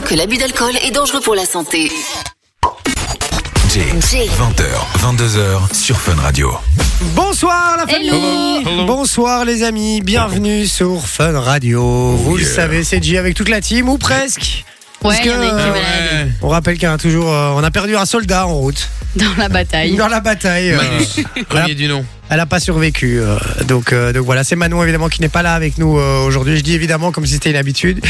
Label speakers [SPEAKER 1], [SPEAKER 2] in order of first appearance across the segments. [SPEAKER 1] que l'abus d'alcool est dangereux pour la santé.
[SPEAKER 2] J.
[SPEAKER 1] J.
[SPEAKER 2] 20h, 22h sur Fun Radio.
[SPEAKER 3] Bonsoir la famille Bonsoir les amis, bienvenue sur Fun Radio. Vous le
[SPEAKER 2] yeah.
[SPEAKER 3] savez, c'est J avec toute la team, ou presque.
[SPEAKER 4] Ouais,
[SPEAKER 3] Parce
[SPEAKER 4] il y en a une
[SPEAKER 5] Ah
[SPEAKER 4] qui est
[SPEAKER 3] euh,
[SPEAKER 4] malade
[SPEAKER 3] On rappelle qu'on a toujours, euh, on a perdu un soldat en route
[SPEAKER 4] dans la bataille.
[SPEAKER 3] dans la bataille. euh,
[SPEAKER 5] Magnus, premier du nom.
[SPEAKER 3] elle a pas survécu, euh, donc euh, donc voilà, c'est Manon évidemment qui n'est pas là avec nous euh, aujourd'hui. Je dis évidemment comme si c'était une habitude,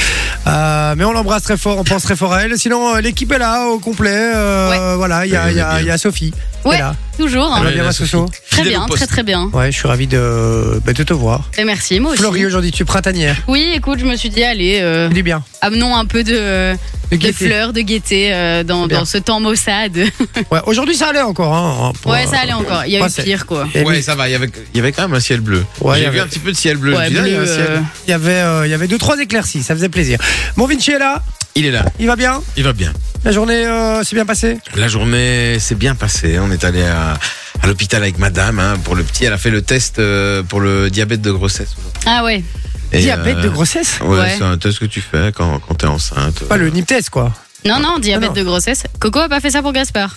[SPEAKER 3] Euh, mais on l'embrasse très fort, on pense très fort à elle. Sinon euh, l'équipe est là au complet. euh, Voilà, il y a il y a- il y a Sophie. qui est
[SPEAKER 4] Ouais.
[SPEAKER 3] là.
[SPEAKER 4] Toujours. hein.
[SPEAKER 3] Elle va
[SPEAKER 5] Ouais,
[SPEAKER 3] bien
[SPEAKER 5] là,
[SPEAKER 3] ma Soso
[SPEAKER 4] Très
[SPEAKER 5] Fidèle au
[SPEAKER 4] bien,
[SPEAKER 5] poste.
[SPEAKER 4] très très bien.
[SPEAKER 3] Ouais, je suis ravi de, bah, de te voir.
[SPEAKER 4] Et merci, moi aussi.
[SPEAKER 3] Florie, aujourd'hui, tu es printanière.
[SPEAKER 4] Oui, écoute, je me suis dit, allez, euh,
[SPEAKER 3] Tu dis bien.
[SPEAKER 4] amenons un peu de, euh,
[SPEAKER 3] De
[SPEAKER 4] de
[SPEAKER 3] gaieté.
[SPEAKER 4] fleurs, de gaieté euh, dans,
[SPEAKER 3] C'est bien.
[SPEAKER 4] dans ce temps maussade.
[SPEAKER 3] Ouais, aujourd'hui, ça allait encore. Hein, pour-
[SPEAKER 4] ouais, ça allait encore. Il y a
[SPEAKER 3] Ouais,
[SPEAKER 4] eu
[SPEAKER 3] c'est-
[SPEAKER 4] pire, quoi.
[SPEAKER 3] Et
[SPEAKER 5] Ouais,
[SPEAKER 3] lui,
[SPEAKER 5] ça va, il y avait, il y avait quand même un ciel bleu.
[SPEAKER 3] Ouais, il y
[SPEAKER 5] J'ai vu
[SPEAKER 3] avait-
[SPEAKER 5] un petit peu de ciel bleu.
[SPEAKER 4] Ouais,
[SPEAKER 5] Je me suis dit, ah,
[SPEAKER 4] bleu,
[SPEAKER 5] il y a un ciel.
[SPEAKER 4] euh,
[SPEAKER 3] Il y avait, euh, il y avait deux, trois éclaircies. Ça faisait plaisir. Bon, Vinci est là.
[SPEAKER 5] Il est là,
[SPEAKER 3] Il va bien.
[SPEAKER 5] il va bien.
[SPEAKER 3] La journée euh, s'est bien passée.
[SPEAKER 5] La journée s'est bien passée. On est allé à, à l'hôpital avec madame hein, pour le petit. Elle a fait le test euh, pour le diabète de grossesse.
[SPEAKER 4] Ah ouais,
[SPEAKER 5] Et,
[SPEAKER 3] Diabète
[SPEAKER 5] euh,
[SPEAKER 3] de grossesse.
[SPEAKER 5] Ouais,
[SPEAKER 4] Ouais.
[SPEAKER 5] c'est un test que tu fais quand, quand t'es enceinte.
[SPEAKER 3] Pas le NIPTES, quoi.
[SPEAKER 4] non, non, diabète
[SPEAKER 3] non.
[SPEAKER 4] de grossesse. Coco a pas fait ça pour Gaspard.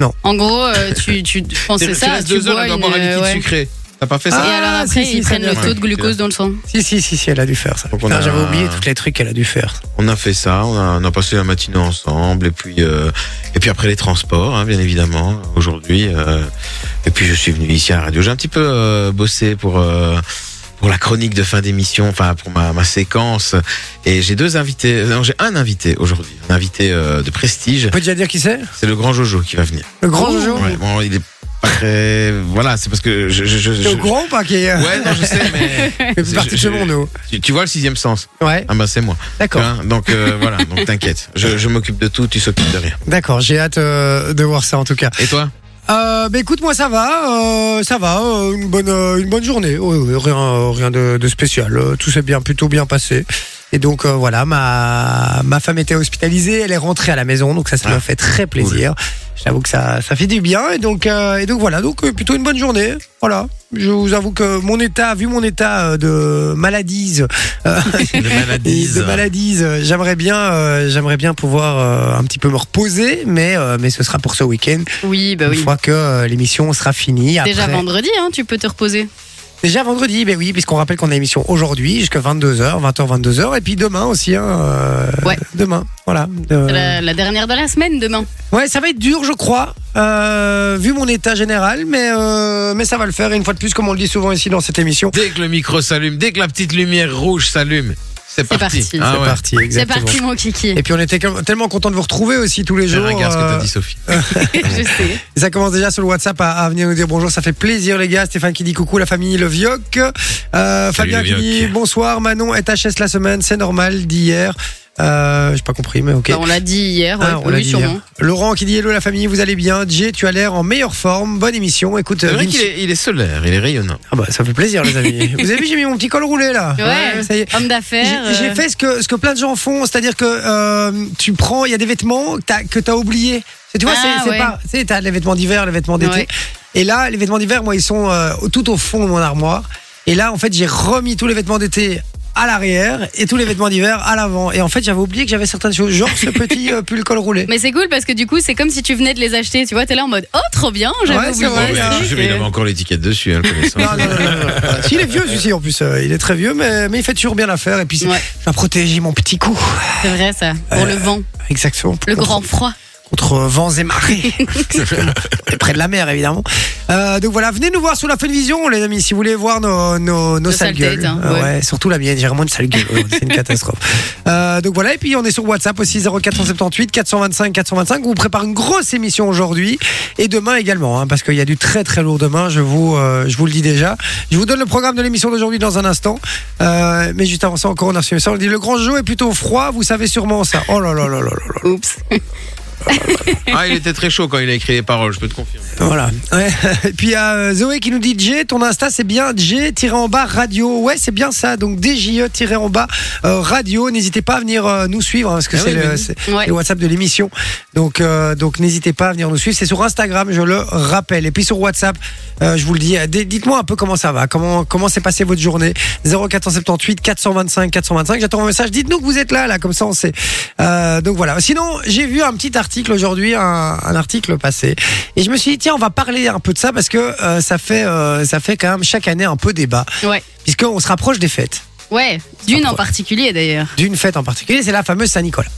[SPEAKER 3] Non.
[SPEAKER 4] En gros, euh, tu, tu
[SPEAKER 5] Tu-
[SPEAKER 4] pensais
[SPEAKER 5] tu
[SPEAKER 4] ça,
[SPEAKER 5] restes
[SPEAKER 4] tu
[SPEAKER 5] deux heures
[SPEAKER 4] bois
[SPEAKER 5] à
[SPEAKER 4] une. euh,
[SPEAKER 5] devoir boire un liquide
[SPEAKER 4] ouais.
[SPEAKER 5] sucré. T'as pas fait
[SPEAKER 4] Et
[SPEAKER 5] ça
[SPEAKER 3] Ah,
[SPEAKER 4] alors après,
[SPEAKER 3] si, si,
[SPEAKER 4] ils
[SPEAKER 3] ça
[SPEAKER 4] prennent le
[SPEAKER 3] vient.
[SPEAKER 4] taux de
[SPEAKER 5] Ouais,
[SPEAKER 4] glucose dans le sang.
[SPEAKER 3] Si, si, si, si, elle a dû faire ça.
[SPEAKER 5] Donc on
[SPEAKER 3] Putain,
[SPEAKER 5] a-
[SPEAKER 3] j'avais oublié tous les trucs qu'elle a dû faire.
[SPEAKER 5] On a fait ça, on a, on a passé la matinée ensemble, et puis euh, et puis après les transports, hein, bien évidemment, aujourd'hui. euh, et puis je suis venu ici à la radio. J'ai un petit peu euh, bossé pour euh, pour la chronique de fin d'émission, enfin pour ma, ma séquence. Et j'ai deux invités, euh, non j'ai un invité aujourd'hui, un invité euh, de prestige.
[SPEAKER 3] On peut déjà dire qui c'est
[SPEAKER 5] C'est le grand Jojo qui va venir.
[SPEAKER 3] Le grand
[SPEAKER 4] Oh.
[SPEAKER 3] Jojo
[SPEAKER 5] Ouais, bon, il est pas très, voilà, c'est parce que je je, je, je-
[SPEAKER 3] Le grand ou pas qui est
[SPEAKER 5] Ouais, non, je sais, mais
[SPEAKER 3] fait partie de ce
[SPEAKER 5] je-
[SPEAKER 3] monde. oh.
[SPEAKER 5] tu, tu vois le sixième sens.
[SPEAKER 3] Ouais,
[SPEAKER 5] Ah ben c'est moi.
[SPEAKER 3] d'accord.
[SPEAKER 5] Hein, donc euh, voilà, donc t'inquiète. Je, je m'occupe de tout, tu s'occupes de rien.
[SPEAKER 3] D'accord, j'ai hâte euh, de voir ça en tout cas.
[SPEAKER 5] Et toi
[SPEAKER 3] Euh, bah écoute, moi ça va, euh, ça va, euh, une bonne, euh, une bonne journée, Ouais, ouais, rien, euh, rien de, de spécial, Euh, tout s'est bien plutôt bien passé. Et donc euh, voilà, ma, ma femme était hospitalisée, elle est rentrée à la maison, donc ça, ça
[SPEAKER 5] Ah.
[SPEAKER 3] m'a fait très plaisir. Je t'avoue que ça, ça fait du bien, et donc, euh, et donc voilà, donc euh, plutôt une bonne journée, voilà. Je vous avoue que mon état, vu mon état euh, de maladies, euh,
[SPEAKER 5] De
[SPEAKER 3] et
[SPEAKER 5] maladies.
[SPEAKER 3] de maladies, euh, j'aimerais bien, euh, j'aimerais bien pouvoir euh, un petit peu me reposer, mais, euh, mais ce sera pour ce week-end
[SPEAKER 4] Oui, bah
[SPEAKER 3] une
[SPEAKER 4] oui.
[SPEAKER 3] fois que euh, l'émission sera finie.
[SPEAKER 4] Déjà
[SPEAKER 3] après-
[SPEAKER 4] vendredi, hein, tu peux te reposer.
[SPEAKER 3] Déjà vendredi, ben oui, puisqu'on rappelle qu'on a émission aujourd'hui jusqu'à 22h, 20h, 22h, et puis demain aussi. Hein, euh,
[SPEAKER 4] Ouais.
[SPEAKER 3] Demain, voilà. Euh,
[SPEAKER 4] C'est La, la dernière de la semaine demain.
[SPEAKER 3] Ouais, ça va être dur, je crois, euh, vu mon état général, mais, euh, mais ça va le faire. Et une fois de plus, comme on le dit souvent ici dans cette émission,
[SPEAKER 5] Dès que le micro s'allume, dès que la petite lumière rouge s'allume, c'est parti.
[SPEAKER 4] parti.
[SPEAKER 5] Ah
[SPEAKER 3] c'est
[SPEAKER 5] ouais.
[SPEAKER 3] parti,
[SPEAKER 4] C'est
[SPEAKER 3] exactement.
[SPEAKER 4] parti, mon kiki.
[SPEAKER 3] Et puis on était comme- tellement content de vous retrouver aussi tous les
[SPEAKER 5] Je
[SPEAKER 3] jours.
[SPEAKER 5] regarde ce que
[SPEAKER 3] euh,
[SPEAKER 5] t'as dit, Sophie.
[SPEAKER 3] Eh
[SPEAKER 4] Je sais.
[SPEAKER 3] Ça commence déjà sur le WhatsApp à, à venir nous dire bonjour, ça fait plaisir les gars. Stéphane qui dit coucou, la famille Le Vioc. Euh, Fabien
[SPEAKER 5] le
[SPEAKER 3] qui
[SPEAKER 5] Vioc.
[SPEAKER 3] dit bonsoir, Manon est HS la semaine, c'est normal d'hier. Euh, J'ai pas compris, mais ok.
[SPEAKER 4] Bah, on l'a dit hier, ouais.
[SPEAKER 3] Ah, on
[SPEAKER 4] oui,
[SPEAKER 3] l'a dit
[SPEAKER 4] sûrement.
[SPEAKER 3] hier. Laurent qui dit hello la famille, vous allez bien. Jay, tu as l'air en meilleure forme, bonne émission. Écoute,
[SPEAKER 5] C'est vrai
[SPEAKER 3] Vinci-
[SPEAKER 5] qu'il est, il est solaire, il est rayonnant.
[SPEAKER 3] Ah bah, ça fait plaisir les amis. vous avez vu, j'ai mis mon petit col roulé là.
[SPEAKER 4] Ouais,
[SPEAKER 3] ça y est.
[SPEAKER 4] homme
[SPEAKER 3] J'ai-
[SPEAKER 4] d'affaires.
[SPEAKER 3] J'ai
[SPEAKER 4] euh,
[SPEAKER 3] fait ce que, ce que plein de gens font, c'est-à-dire que euh, tu prends, il y a des vêtements que t'as- que tu as oubliés. C'est- Tu vois,
[SPEAKER 4] Ah,
[SPEAKER 3] c'est c'est
[SPEAKER 4] ouais.
[SPEAKER 3] pas. Tu sais, t'as les vêtements d'hiver, les vêtements d'été.
[SPEAKER 4] Ouais.
[SPEAKER 3] Et là, les vêtements d'hiver, moi, ils sont euh, tout au fond de mon armoire. Et là, en fait, j'ai remis tous les vêtements d'été à l'arrière et tous les vêtements d'hiver à l'avant. Et en fait, j'avais oublié que j'avais certaines choses, genre ce petit euh, pull col roulé.
[SPEAKER 4] Mais c'est cool parce que du coup, c'est comme si tu venais de les acheter. Tu vois, t'es là en mode Oh, trop bien,
[SPEAKER 3] Ouais,
[SPEAKER 4] j'avais
[SPEAKER 3] c'est
[SPEAKER 4] oublié.
[SPEAKER 3] vrai,
[SPEAKER 4] ce
[SPEAKER 3] il y a-
[SPEAKER 4] truc.
[SPEAKER 5] je sais, mais il avait encore l'étiquette dessus, hein, le connaissant.
[SPEAKER 3] Non, non, non, non, non. Il est vieux, celui-ci, en plus. euh, Il est très vieux, mais, mais il fait toujours bien l'affaire. Et puis,
[SPEAKER 4] Ouais.
[SPEAKER 3] ça protège mon petit cou.
[SPEAKER 4] C'est vrai, ça. Pour le vent,
[SPEAKER 3] Exactement.
[SPEAKER 4] le
[SPEAKER 3] Contre-
[SPEAKER 4] grand froid.
[SPEAKER 3] contre vents et marées. Exactement. Et près de la mer, évidemment. Euh, donc voilà, venez nous voir sur la Funvision, les amis, si vous voulez voir nos, nos, nos sales
[SPEAKER 4] sales
[SPEAKER 3] gueules.
[SPEAKER 4] têtes, hein,
[SPEAKER 3] Euh,
[SPEAKER 4] ouais.
[SPEAKER 3] ouais, surtout la mienne, j'ai vraiment une sale gueule. aujourd'hui, C'est une catastrophe. Euh, donc voilà, et puis on est sur WhatsApp aussi, 0478 425 425. On vous prépare une grosse émission aujourd'hui et demain également, hein, parce qu'il y a du très très lourd demain, je vous, euh, je vous le dis déjà. Je vous donne le programme de l'émission d'aujourd'hui dans un instant. Euh, mais juste avant ça, encore, on a reçu ça. On dit le grand jeu est plutôt froid, vous savez sûrement ça. Oh là là là là là là.
[SPEAKER 4] Oups.
[SPEAKER 5] Ah, il était très chaud quand il a écrit les paroles, je peux te confirmer.
[SPEAKER 3] Voilà. Ouais. Et puis il y a euh, Zoé qui nous dit J, ton Insta c'est bien J-en-bas radio. Ouais, c'est bien ça. Donc DJE-en-bas euh, radio. N'hésitez pas à venir euh, nous suivre hein, parce que
[SPEAKER 5] Ah
[SPEAKER 3] c'est
[SPEAKER 5] oui,
[SPEAKER 3] le,
[SPEAKER 5] oui.
[SPEAKER 3] c'est
[SPEAKER 4] Ouais.
[SPEAKER 3] le WhatsApp de l'émission. Donc euh, donc n'hésitez pas à venir nous suivre. C'est sur Instagram, je le rappelle. Et puis sur WhatsApp, euh, je vous le dis, euh, d- dites-moi un peu comment ça va, comment comment s'est passée votre journée. 0478 425 425. J'attends vos messages. Dites-nous que vous êtes là là, comme ça on sait. Euh, donc voilà. Sinon, j'ai vu un petit article aujourd'hui, un, un article passé, et je me suis dit tiens, on va parler un peu de ça parce que euh, ça fait euh, ça fait quand même chaque année un peu débat,
[SPEAKER 4] Ouais.
[SPEAKER 3] puisqu'on se rapproche des fêtes,
[SPEAKER 4] Ouais. D'une en
[SPEAKER 3] Après.
[SPEAKER 4] particulier d'ailleurs.
[SPEAKER 3] d'une fête en particulier, c'est la fameuse Saint-Nicolas.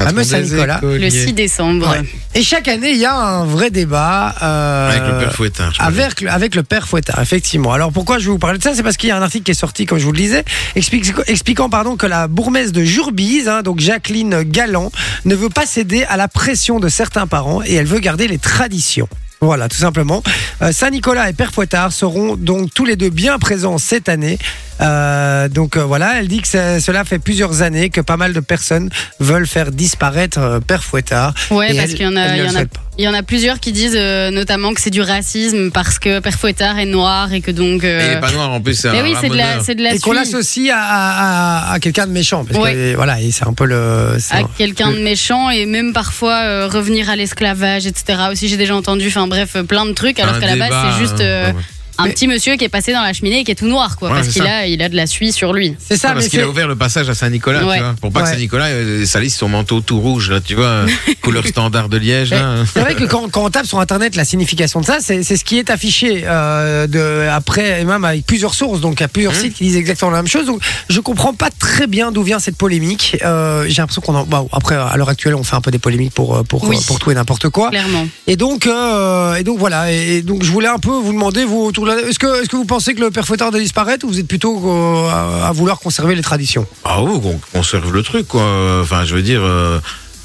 [SPEAKER 4] Ah,
[SPEAKER 3] Fameux Saint-Nicolas,
[SPEAKER 4] Le 6 décembre.
[SPEAKER 3] Ouais. Et chaque année, il y a un vrai débat. euh,
[SPEAKER 5] Avec le père Fouettard. je me
[SPEAKER 3] Avec, le- avec le père Fouettard, effectivement. Alors pourquoi je vais vous parler de ça C'est parce qu'il y a un article qui est sorti, comme je vous le disais, explique- expliquant pardon, que la bourgmestre de Jurbise, hein, donc Jacqueline Galland, ne veut pas céder à la pression de certains parents et elle veut garder les traditions. Voilà, tout simplement. Euh, Saint-Nicolas et Père Fouettard seront donc tous les deux bien présents cette année. Euh, donc euh, voilà, elle dit que ça- cela fait plusieurs années que pas mal de personnes veulent faire disparaître euh, Père Fouettard.
[SPEAKER 4] Ouais,
[SPEAKER 3] Et
[SPEAKER 4] parce
[SPEAKER 3] elle-
[SPEAKER 4] qu'il y en a,
[SPEAKER 3] elle ne
[SPEAKER 4] il y
[SPEAKER 3] le
[SPEAKER 4] en a,
[SPEAKER 3] souhaite pas.
[SPEAKER 4] il y en a plusieurs qui disent euh, notamment que c'est du racisme parce que Père Fouettard est noir et que donc. euh,
[SPEAKER 5] Mais il est pas noir en plus, c'est
[SPEAKER 4] mais
[SPEAKER 5] un
[SPEAKER 4] oui, c'est de la,
[SPEAKER 5] ramoneur.
[SPEAKER 4] c'est de la
[SPEAKER 3] et qu'on
[SPEAKER 4] suie
[SPEAKER 3] l'associe à, à, à- à quelqu'un de méchant. Parce
[SPEAKER 4] Ouais.
[SPEAKER 3] que, voilà, et c'est un peu le. c'est
[SPEAKER 4] à
[SPEAKER 3] un-
[SPEAKER 4] quelqu'un de méchant et même parfois euh, revenir à l'esclavage, etc. Aussi, j'ai déjà entendu. Enfin bref, euh, plein de trucs. Alors
[SPEAKER 5] Un
[SPEAKER 4] qu'à la base,
[SPEAKER 5] débat,
[SPEAKER 4] c'est juste euh,
[SPEAKER 5] hein. Ouais, ouais.
[SPEAKER 4] un
[SPEAKER 3] Mais-
[SPEAKER 4] petit monsieur qui est passé dans la cheminée et qui est tout noir, quoi,
[SPEAKER 5] Ouais,
[SPEAKER 4] parce
[SPEAKER 5] c'est
[SPEAKER 4] qu'il
[SPEAKER 5] ça.
[SPEAKER 4] a, il a de la suie sur lui.
[SPEAKER 3] C'est ça,
[SPEAKER 5] Ah, parce
[SPEAKER 3] mais
[SPEAKER 5] qu'il
[SPEAKER 3] c'est-
[SPEAKER 5] a ouvert le passage à Saint-Nicolas,
[SPEAKER 4] Ouais.
[SPEAKER 5] tu vois, pour pas
[SPEAKER 3] Ouais.
[SPEAKER 5] que Saint-Nicolas euh, salisse son manteau tout rouge, là, tu vois, euh, couleur standard de Liège. là.
[SPEAKER 3] Eh,
[SPEAKER 5] hein.
[SPEAKER 3] c'est vrai que quand, quand on tape sur Internet la signification de ça, c'est c'est ce qui est affiché euh, de, après, et même avec plusieurs sources, donc à plusieurs
[SPEAKER 5] Mmh.
[SPEAKER 3] sites qui disent exactement la même chose. Donc je comprends pas très bien d'où vient cette polémique. Euh, J'ai l'impression qu'on en. bah, après, à l'heure actuelle, on fait un peu des polémiques pour, euh, pour,
[SPEAKER 4] Oui.
[SPEAKER 3] euh, pour tout et n'importe
[SPEAKER 5] Ah.
[SPEAKER 3] quoi.
[SPEAKER 4] Clairement.
[SPEAKER 3] Et donc, euh, et donc voilà. Et, et donc je voulais un peu vous demander, vous, autour de la- est-ce que, est que vous pensez que le père Fouettard doit disparaître ou vous êtes plutôt euh, à- à vouloir conserver les traditions
[SPEAKER 5] Ah oui, qu'on conserve le truc, quoi. Enfin, je veux dire, euh,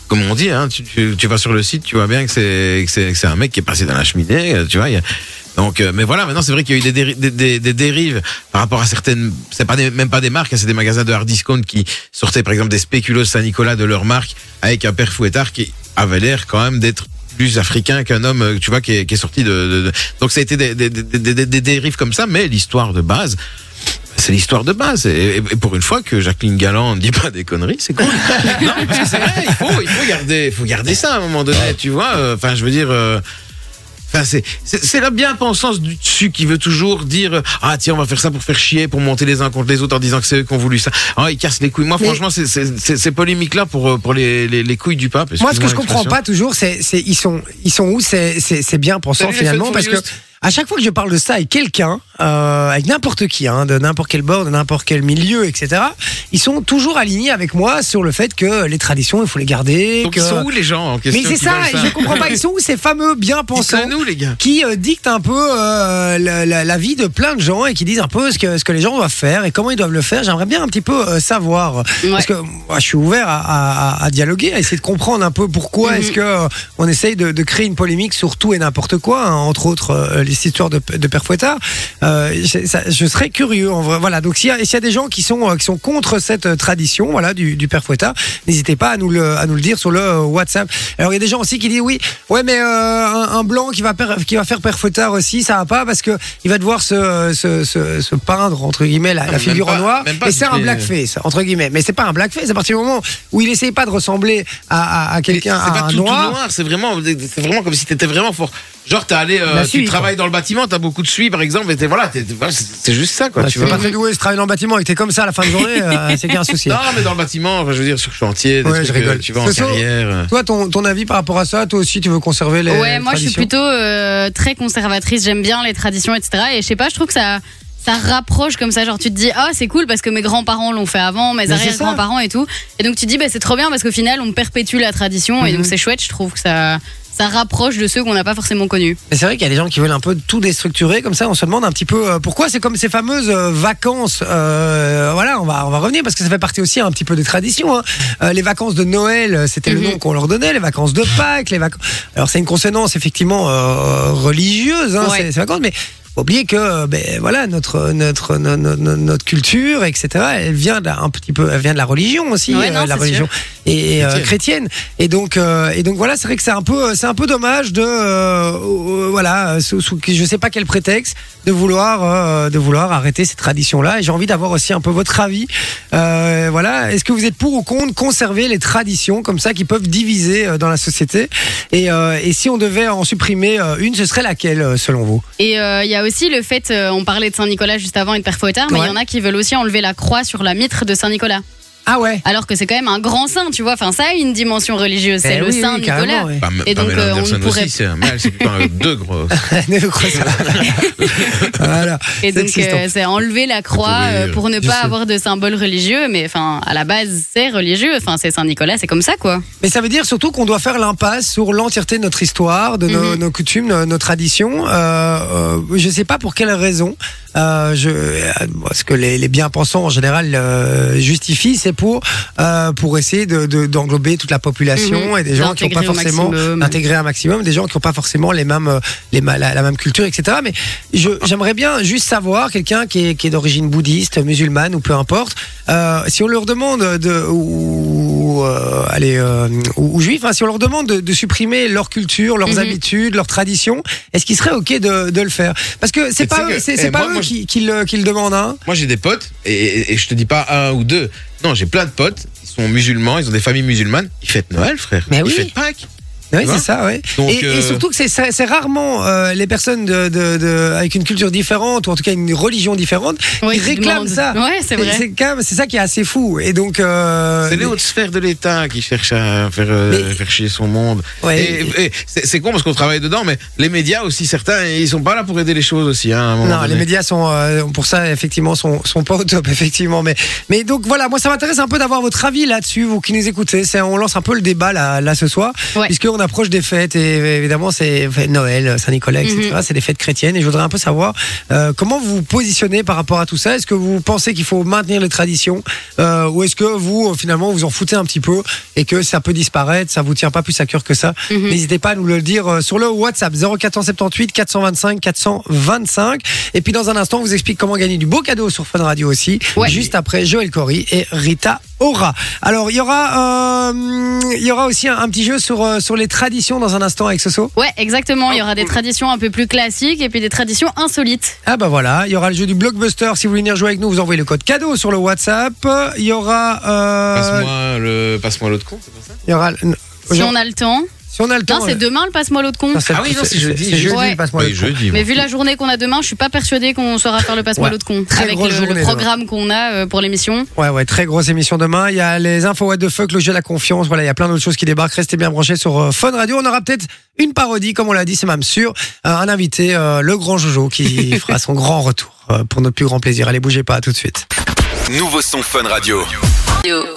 [SPEAKER 5] comme on dit, hein, tu, tu- tu vas sur le site, tu vois bien que c'est que c'est que c'est un mec qui est passé dans la cheminée, euh, tu vois. il y a- donc, euh, mais voilà, maintenant c'est vrai qu'il y a eu des, déri- des, des- des dérives par rapport à certaines. C'est pas des- même pas des marques, hein, c'est des magasins de hard discount qui sortaient par exemple des spéculoos Saint-Nicolas de leur marque avec un père fouettard qui avait l'air quand même d'être plus africain qu'un homme, euh, tu vois, qui est, qui est sorti de, de- de- Donc ça a été des, des- des- des- des- des dérives comme ça, mais l'histoire de base, c'est l'histoire de base. Et, et pour une fois que Jacqueline Galland ne dit pas des conneries, c'est cool. non, parce que c'est vrai, il faut, il faut garder, il faut garder ça à un moment donné, tu vois. Euh, Enfin, je veux dire. euh, Enfin, c'est- c'est c'est la bien-pensance du dessus qui veut toujours dire euh, Ah, tiens, on va faire ça pour faire chier, pour monter les uns contre les autres en disant que c'est eux qui ont voulu ça. Ah, ils cassent les couilles. Moi,
[SPEAKER 3] Mais-
[SPEAKER 5] franchement, c'est- c'est- c'est- ces polémiques-là pour, euh, pour les, les, les couilles du pape.
[SPEAKER 3] Moi, ce que
[SPEAKER 5] excuse-moi
[SPEAKER 3] je comprends
[SPEAKER 5] l'expression.
[SPEAKER 3] pas toujours, c'est c'est- ils sont ils sont où C'est c'est- c'est bien pensant
[SPEAKER 5] Salut, les
[SPEAKER 3] finalement
[SPEAKER 5] feux
[SPEAKER 3] parce que
[SPEAKER 5] Fourius.
[SPEAKER 3] à chaque fois que je parle de ça avec quelqu'un, euh, avec n'importe qui, hein, de n'importe quel bord, de n'importe quel milieu, etc. Ils sont toujours alignés avec moi sur le fait que les traditions, il faut les garder.
[SPEAKER 5] Donc,
[SPEAKER 3] que-
[SPEAKER 5] ils sont où les gens en question
[SPEAKER 3] Mais c'est
[SPEAKER 5] qui
[SPEAKER 3] ça,
[SPEAKER 5] veulent
[SPEAKER 3] je comprends pas. Ils sont où ces fameux bien
[SPEAKER 5] Ils sont
[SPEAKER 3] pensants
[SPEAKER 5] nous, les gars.
[SPEAKER 3] qui euh, dicte un peu euh, la, la- la vie de plein de gens et qui disent un peu ce que, ce que les gens doivent faire et comment ils doivent le faire. J'aimerais bien un petit peu euh, savoir. Parce que moi, je suis ouvert à, à- à dialoguer, à essayer de comprendre un peu pourquoi
[SPEAKER 4] Mhm.
[SPEAKER 3] est-ce que euh, on essaye de, de créer une polémique sur tout et n'importe quoi, hein, entre autres euh, les histoires de, de Père Fouettard. Euh, je, ça- je serais curieux en vrai. Voilà, donc s'il y, a- s'il y a des gens qui sont, euh, qui sont contre cette euh, tradition voilà, du, du Père Fouettard, n'hésitez pas à nous, le, à nous le dire sur le euh, WhatsApp. Alors il y a des gens aussi qui disent oui, ouais, mais euh, un, un blanc qui va, per- qui va faire Père Fouettard aussi, ça va pas parce que il va devoir se, euh, se, se- se peindre, entre guillemets, la, la
[SPEAKER 5] Ah, Même
[SPEAKER 3] figure en
[SPEAKER 5] pas-
[SPEAKER 3] noir.
[SPEAKER 5] même pas
[SPEAKER 3] Et c'est
[SPEAKER 5] si
[SPEAKER 3] un
[SPEAKER 5] t'es-
[SPEAKER 3] blackface blackface, entre guillemets. Mais c'est pas un blackface à partir du moment où il essaye pas de ressembler à, à- à quelqu'un,
[SPEAKER 5] C'est pas
[SPEAKER 3] à un
[SPEAKER 5] tout tout
[SPEAKER 3] noir.
[SPEAKER 5] noir, c'est vraiment, c'est vraiment comme si t'étais vraiment fort. Genre t'as allé, euh,
[SPEAKER 3] La
[SPEAKER 5] tu
[SPEAKER 3] suie,
[SPEAKER 5] travailles dans le bâtiment, t'as beaucoup de suie par exemple, et t'es voilà, t'es- t'es- voilà, c'est c'est juste ça quoi.
[SPEAKER 3] Bah,
[SPEAKER 5] tu
[SPEAKER 3] tu vas
[SPEAKER 5] vois.
[SPEAKER 3] pas très doué, si tu travailles dans le bâtiment et que t'es comme ça à la fin de journée, euh, c'est qu'un souci.
[SPEAKER 5] Non mais dans le bâtiment, enfin, je veux dire sur le chantier, des
[SPEAKER 3] Ouais,
[SPEAKER 5] trucs,
[SPEAKER 3] je rigole.
[SPEAKER 5] euh, tu vas en
[SPEAKER 3] Ce soir-
[SPEAKER 5] carrière. euh.
[SPEAKER 3] Toi, ton, ton avis par rapport à ça, toi aussi, tu veux conserver les.
[SPEAKER 4] Ouais, moi je suis
[SPEAKER 3] traditions
[SPEAKER 4] plutôt euh, très conservatrice, j'aime bien les traditions, etc. Et je sais pas, je trouve que ça, ça rapproche comme ça, genre tu te dis, ah c'est cool parce que mes grands-parents l'ont fait avant, mes
[SPEAKER 3] Mais c'est ça.
[SPEAKER 4] arrière-grands-parents et tout. Et donc tu te dis, bah, c'est trop bien parce qu'au final on perpétue la tradition
[SPEAKER 5] Mhm.
[SPEAKER 4] et donc c'est chouette, je trouve que ça, ça rapproche de ceux qu'on n'a pas forcément connus.
[SPEAKER 3] Mais c'est vrai qu'il y a des gens qui veulent un peu tout déstructurer, comme ça on se demande un petit peu euh, pourquoi. C'est comme ces fameuses euh, vacances. euh, voilà, on va, on va revenir parce que ça fait partie aussi un petit peu des traditions. hein. Euh, les vacances de Noël, euh, c'était le
[SPEAKER 4] Mhm.
[SPEAKER 3] nom qu'on leur donnait, les vacances de Pâques, les vacances. Alors c'est une consonance effectivement euh, religieuse, hein,
[SPEAKER 4] Ouais.
[SPEAKER 3] ces, ces vacances, mais. faut oublier que euh, ben, voilà, notre, notre, no- no- no- notre, culture, etc., elle vient d'un un petit peu, elle vient de la religion aussi, euh,
[SPEAKER 4] Ouais, non,
[SPEAKER 3] la
[SPEAKER 4] c'est
[SPEAKER 3] religion et, et, euh, chrétienne. Et donc, euh, et donc voilà, c'est vrai que c'est un peu, euh, c'est un peu dommage de, euh, euh, voilà, euh, sous, sous- je sais pas quel prétexte, de vouloir, euh, de vouloir arrêter ces traditions-là. Et j'ai envie d'avoir aussi un peu votre avis. Euh, voilà, est-ce que vous êtes pour ou contre conserver les traditions comme ça qui peuvent diviser euh, dans la société et, euh, et si on devait en supprimer euh, une, ce serait laquelle euh, selon vous
[SPEAKER 4] Et euh, il y a aussi le fait, euh, on parlait de Saint-Nicolas juste avant et de Père Fouettard, mais il
[SPEAKER 3] Ouais.
[SPEAKER 4] y en a qui veulent aussi enlever la croix sur la mitre de Saint-Nicolas.
[SPEAKER 3] Ah ouais.
[SPEAKER 4] Alors que c'est quand même un grand saint, tu vois. Enfin, ça a une dimension religieuse. C'est
[SPEAKER 3] Eh
[SPEAKER 4] le
[SPEAKER 3] oui, oui,
[SPEAKER 4] Saint-Nicolas.
[SPEAKER 3] carrément, ouais.
[SPEAKER 5] Pas,
[SPEAKER 4] Et
[SPEAKER 5] pas
[SPEAKER 4] donc,
[SPEAKER 5] Mel
[SPEAKER 4] euh, on
[SPEAKER 5] Bah, Anderson
[SPEAKER 4] ne pourrait-
[SPEAKER 5] aussi, c'est un mal, c'est plutôt un deux gros.
[SPEAKER 3] Ne le crois pas. voilà.
[SPEAKER 4] Et
[SPEAKER 3] C'est
[SPEAKER 4] donc,
[SPEAKER 3] existant.
[SPEAKER 4] euh, c'est enlever la croix
[SPEAKER 5] Oui,
[SPEAKER 4] euh, pour ne
[SPEAKER 3] je
[SPEAKER 4] pas
[SPEAKER 3] sais.
[SPEAKER 4] avoir de symbole religieux. Mais enfin, à la base, c'est religieux. Enfin, c'est Saint-Nicolas, c'est comme ça, quoi.
[SPEAKER 3] Mais ça veut dire surtout qu'on doit faire l'impasse sur l'entièreté de notre histoire, de nos,
[SPEAKER 4] Mhm.
[SPEAKER 3] nos coutumes, nos, nos traditions. Euh, euh, je sais pas pour quelle raison. Euh, je, euh, ce que les, les bien-pensants en général euh, justifient, c'est pour euh, pour essayer de- de- d'englober toute la population
[SPEAKER 4] Mhm.
[SPEAKER 3] et des gens qui n'ont pas
[SPEAKER 4] D'intégrer au
[SPEAKER 3] forcément
[SPEAKER 4] maximum.
[SPEAKER 3] d'intégrer un maximum, des gens qui n'ont pas forcément les mêmes euh, les ma- la, la même culture, etc. Mais je j'aimerais bien juste savoir quelqu'un qui est, qui est d'origine bouddhiste, musulmane ou peu importe. Euh, si on leur demande de ou, ou, euh, allez euh, ou, ou juif, hein, si on leur demande de, de supprimer leur culture, leurs
[SPEAKER 4] Mhm.
[SPEAKER 3] habitudes, leurs traditions, est-ce qu'ils seraient ok de, de le faire Parce que c'est
[SPEAKER 5] Mais tu
[SPEAKER 3] pas
[SPEAKER 5] sais
[SPEAKER 3] eux-
[SPEAKER 5] que-
[SPEAKER 3] c'est c'est
[SPEAKER 5] eh,
[SPEAKER 3] pas
[SPEAKER 5] moi-
[SPEAKER 3] eux
[SPEAKER 5] moi, je-
[SPEAKER 3] qui, qui le, qui le demandent. Hein.
[SPEAKER 5] Moi, j'ai des potes, et, et- et je te dis pas un ou deux. Non, j'ai plein de potes, ils sont musulmans, ils ont des familles musulmanes. Ils fêtent Noël, frère.
[SPEAKER 3] Mais
[SPEAKER 5] ils
[SPEAKER 3] Bah oui.
[SPEAKER 5] fêtent Pâques.
[SPEAKER 3] Oui,
[SPEAKER 5] Tu vois
[SPEAKER 3] c'est ça, oui.
[SPEAKER 5] Donc,
[SPEAKER 3] et, et
[SPEAKER 5] euh,
[SPEAKER 3] surtout que c'est- c'est c'est rarement euh, les personnes de, de, de- avec une culture différente, ou en tout cas une religion différente,
[SPEAKER 4] Ouais,
[SPEAKER 3] qui réclament
[SPEAKER 4] demande.
[SPEAKER 3] ça.
[SPEAKER 4] Ouais,
[SPEAKER 3] C'est-
[SPEAKER 4] c'est vrai.
[SPEAKER 3] C'est quand même- c'est ça qui est assez fou. Et donc. Euh,
[SPEAKER 5] C'est les hautes sphères de l'État qui cherchent à faire, euh,
[SPEAKER 3] Mais-
[SPEAKER 5] faire chier son monde.
[SPEAKER 3] Ouais.
[SPEAKER 5] Et- et c'est c'est con parce qu'on travaille dedans, mais les médias aussi, certains, ils sont pas là pour aider les choses aussi. hein, à un moment
[SPEAKER 3] Non,
[SPEAKER 5] donné.
[SPEAKER 3] les médias sont euh, pour ça effectivement sont, sont pas au top effectivement, mais mais donc voilà, moi ça m'intéresse un peu d'avoir votre avis là-dessus, vous qui nous écoutez. C'est on lance un peu le débat là, là ce soir,
[SPEAKER 4] Ouais.
[SPEAKER 3] puisqu'on approche des fêtes et évidemment c'est enfin, Noël, Saint-Nicolas, etc.
[SPEAKER 4] Mhm.
[SPEAKER 3] C'est des fêtes chrétiennes et je voudrais un peu savoir euh, comment vous vous positionnez par rapport à tout ça. Est-ce que vous pensez qu'il faut maintenir les traditions euh, ou est-ce que vous euh, finalement vous en foutez un petit peu et que ça peut disparaître, ça vous tient pas plus à cœur que ça
[SPEAKER 4] Mhm.
[SPEAKER 3] N'hésitez pas à nous le dire euh, sur le WhatsApp 0478 425 425. Et puis dans un instant, on vous explique comment gagner du beau cadeau sur Fun Radio aussi.
[SPEAKER 4] Ouais.
[SPEAKER 3] Juste après Joël Cory et Rita Ora. Alors il y aura, euh, hum, il y aura aussi un, un petit jeu sur euh, sur les traditions dans un instant avec Soso.
[SPEAKER 4] Ouais, exactement. Il y aura des traditions un peu plus classiques et puis des traditions insolites.
[SPEAKER 3] Ah bah voilà, il y aura le jeu du blockbuster. Si vous voulez venir jouer avec nous, vous envoyez le code cadeau sur le WhatsApp. Il y aura, euh,
[SPEAKER 5] Passe-moi le- passe-moi l'autre con, c'est pas ça
[SPEAKER 3] il y aura. non,
[SPEAKER 4] Si
[SPEAKER 3] aujourd'hui- euh,
[SPEAKER 4] on a le temps.
[SPEAKER 3] si on a le temps.
[SPEAKER 4] Non, c'est demain le passe-moi l'autre con.
[SPEAKER 3] Non, c'est-
[SPEAKER 5] Ah oui, non, c'est jeudi.
[SPEAKER 3] c'est jeudi,
[SPEAKER 4] Ouais.
[SPEAKER 3] passe-moi le
[SPEAKER 5] Oui,
[SPEAKER 3] con.
[SPEAKER 5] jeudi,
[SPEAKER 4] Mais
[SPEAKER 5] moi.
[SPEAKER 4] vu la journée qu'on a demain, je suis pas persuadée qu'on saura faire le passe-moi
[SPEAKER 3] Ouais.
[SPEAKER 4] l'autre con.
[SPEAKER 3] Très
[SPEAKER 4] avec
[SPEAKER 3] grosse
[SPEAKER 4] le-
[SPEAKER 3] journée
[SPEAKER 4] le,
[SPEAKER 3] demain.
[SPEAKER 4] programme qu'on a euh, pour l'émission.
[SPEAKER 3] Ouais, ouais, très grosse émission demain. Il y a les infos what the fuck, le jeu de la confiance. Voilà, il y a plein d'autres choses qui débarquent. Restez bien branchés sur euh, Fun Radio. On aura peut-être une parodie, comme on l'a dit, c'est même sûr. Euh, un invité, euh, le grand Jojo, qui fera son grand retour euh, pour notre plus grand plaisir. Allez, bougez pas, à tout de suite.
[SPEAKER 2] Nouveau son Fun Radio.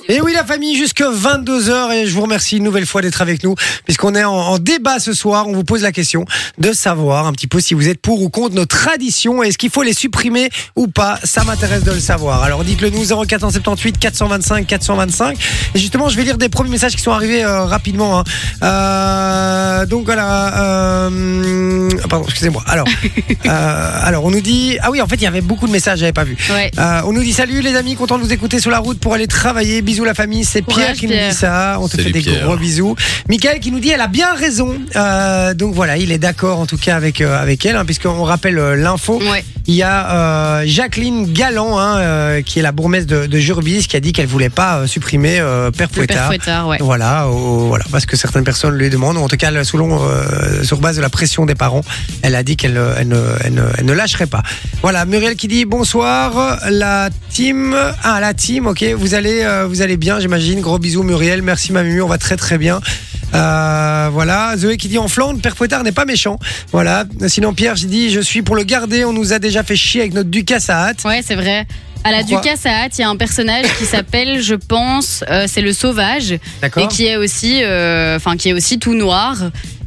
[SPEAKER 3] Et oui, la famille, jusque 22h. Et je vous remercie une nouvelle fois d'être avec nous, puisqu'on est en, en débat ce soir. On vous pose la question de savoir un petit peu si vous êtes pour ou contre nos traditions. Est-ce qu'il faut les supprimer ou pas Ça m'intéresse de le savoir. Alors dites-le nous, 0478 425 425. Et justement, je vais lire des premiers messages qui sont arrivés euh, rapidement. hein. Euh, donc voilà. euh, pardon, excusez-moi. Alors, euh, alors, on nous dit. Ah oui, en fait, il y avait beaucoup de messages, j'avais pas vu.
[SPEAKER 4] Ouais.
[SPEAKER 3] Euh, on nous dit salut les amis, content de vous écouter sur la route pour aller travailler. Bisous la famille, c'est Pierre
[SPEAKER 4] Courage,
[SPEAKER 3] qui nous
[SPEAKER 4] Pierre.
[SPEAKER 3] dit ça. On te
[SPEAKER 5] Salut,
[SPEAKER 3] fait des
[SPEAKER 5] Pierre.
[SPEAKER 3] gros bisous. Michael qui nous dit elle a bien raison. Euh, donc voilà, il est d'accord en tout cas avec euh, avec elle, hein, puisqu'on rappelle euh, l'info.
[SPEAKER 4] Ouais.
[SPEAKER 3] Il y a euh, Jacqueline Galland, hein, euh, qui est la bourgmesse de, de Jurbis, qui a dit qu'elle voulait pas euh, supprimer euh, Père
[SPEAKER 4] Le père
[SPEAKER 3] Fouettard.
[SPEAKER 4] Fouettard, ouais.
[SPEAKER 3] Voilà, au- voilà, parce que certaines personnes lui demandent, ou en tout cas, là, selon, euh, sur base de la pression des parents, elle a dit qu'elle euh, elle ne, elle ne- elle ne lâcherait pas. Voilà, Muriel qui dit bonsoir, la team, ah la team, ok, vous allez, euh, vous allez bien, j'imagine. Gros bisous Muriel, merci Mamu, on va très très bien. Euh, voilà, Zoé qui dit en Flandre, Père Fouettard n'est pas méchant. Voilà, sinon Pierre, j'ai dit je suis pour le garder, on nous a déjà fait chier avec notre Ducasse à hâte.
[SPEAKER 4] Ouais, c'est vrai. À la
[SPEAKER 3] Pourquoi
[SPEAKER 4] Ducasse à Hâte, il y a un personnage qui s'appelle, je pense, euh, c'est le Sauvage, et
[SPEAKER 3] D'accord
[SPEAKER 4] qui est aussi, euh, enfin, qui est aussi tout noir.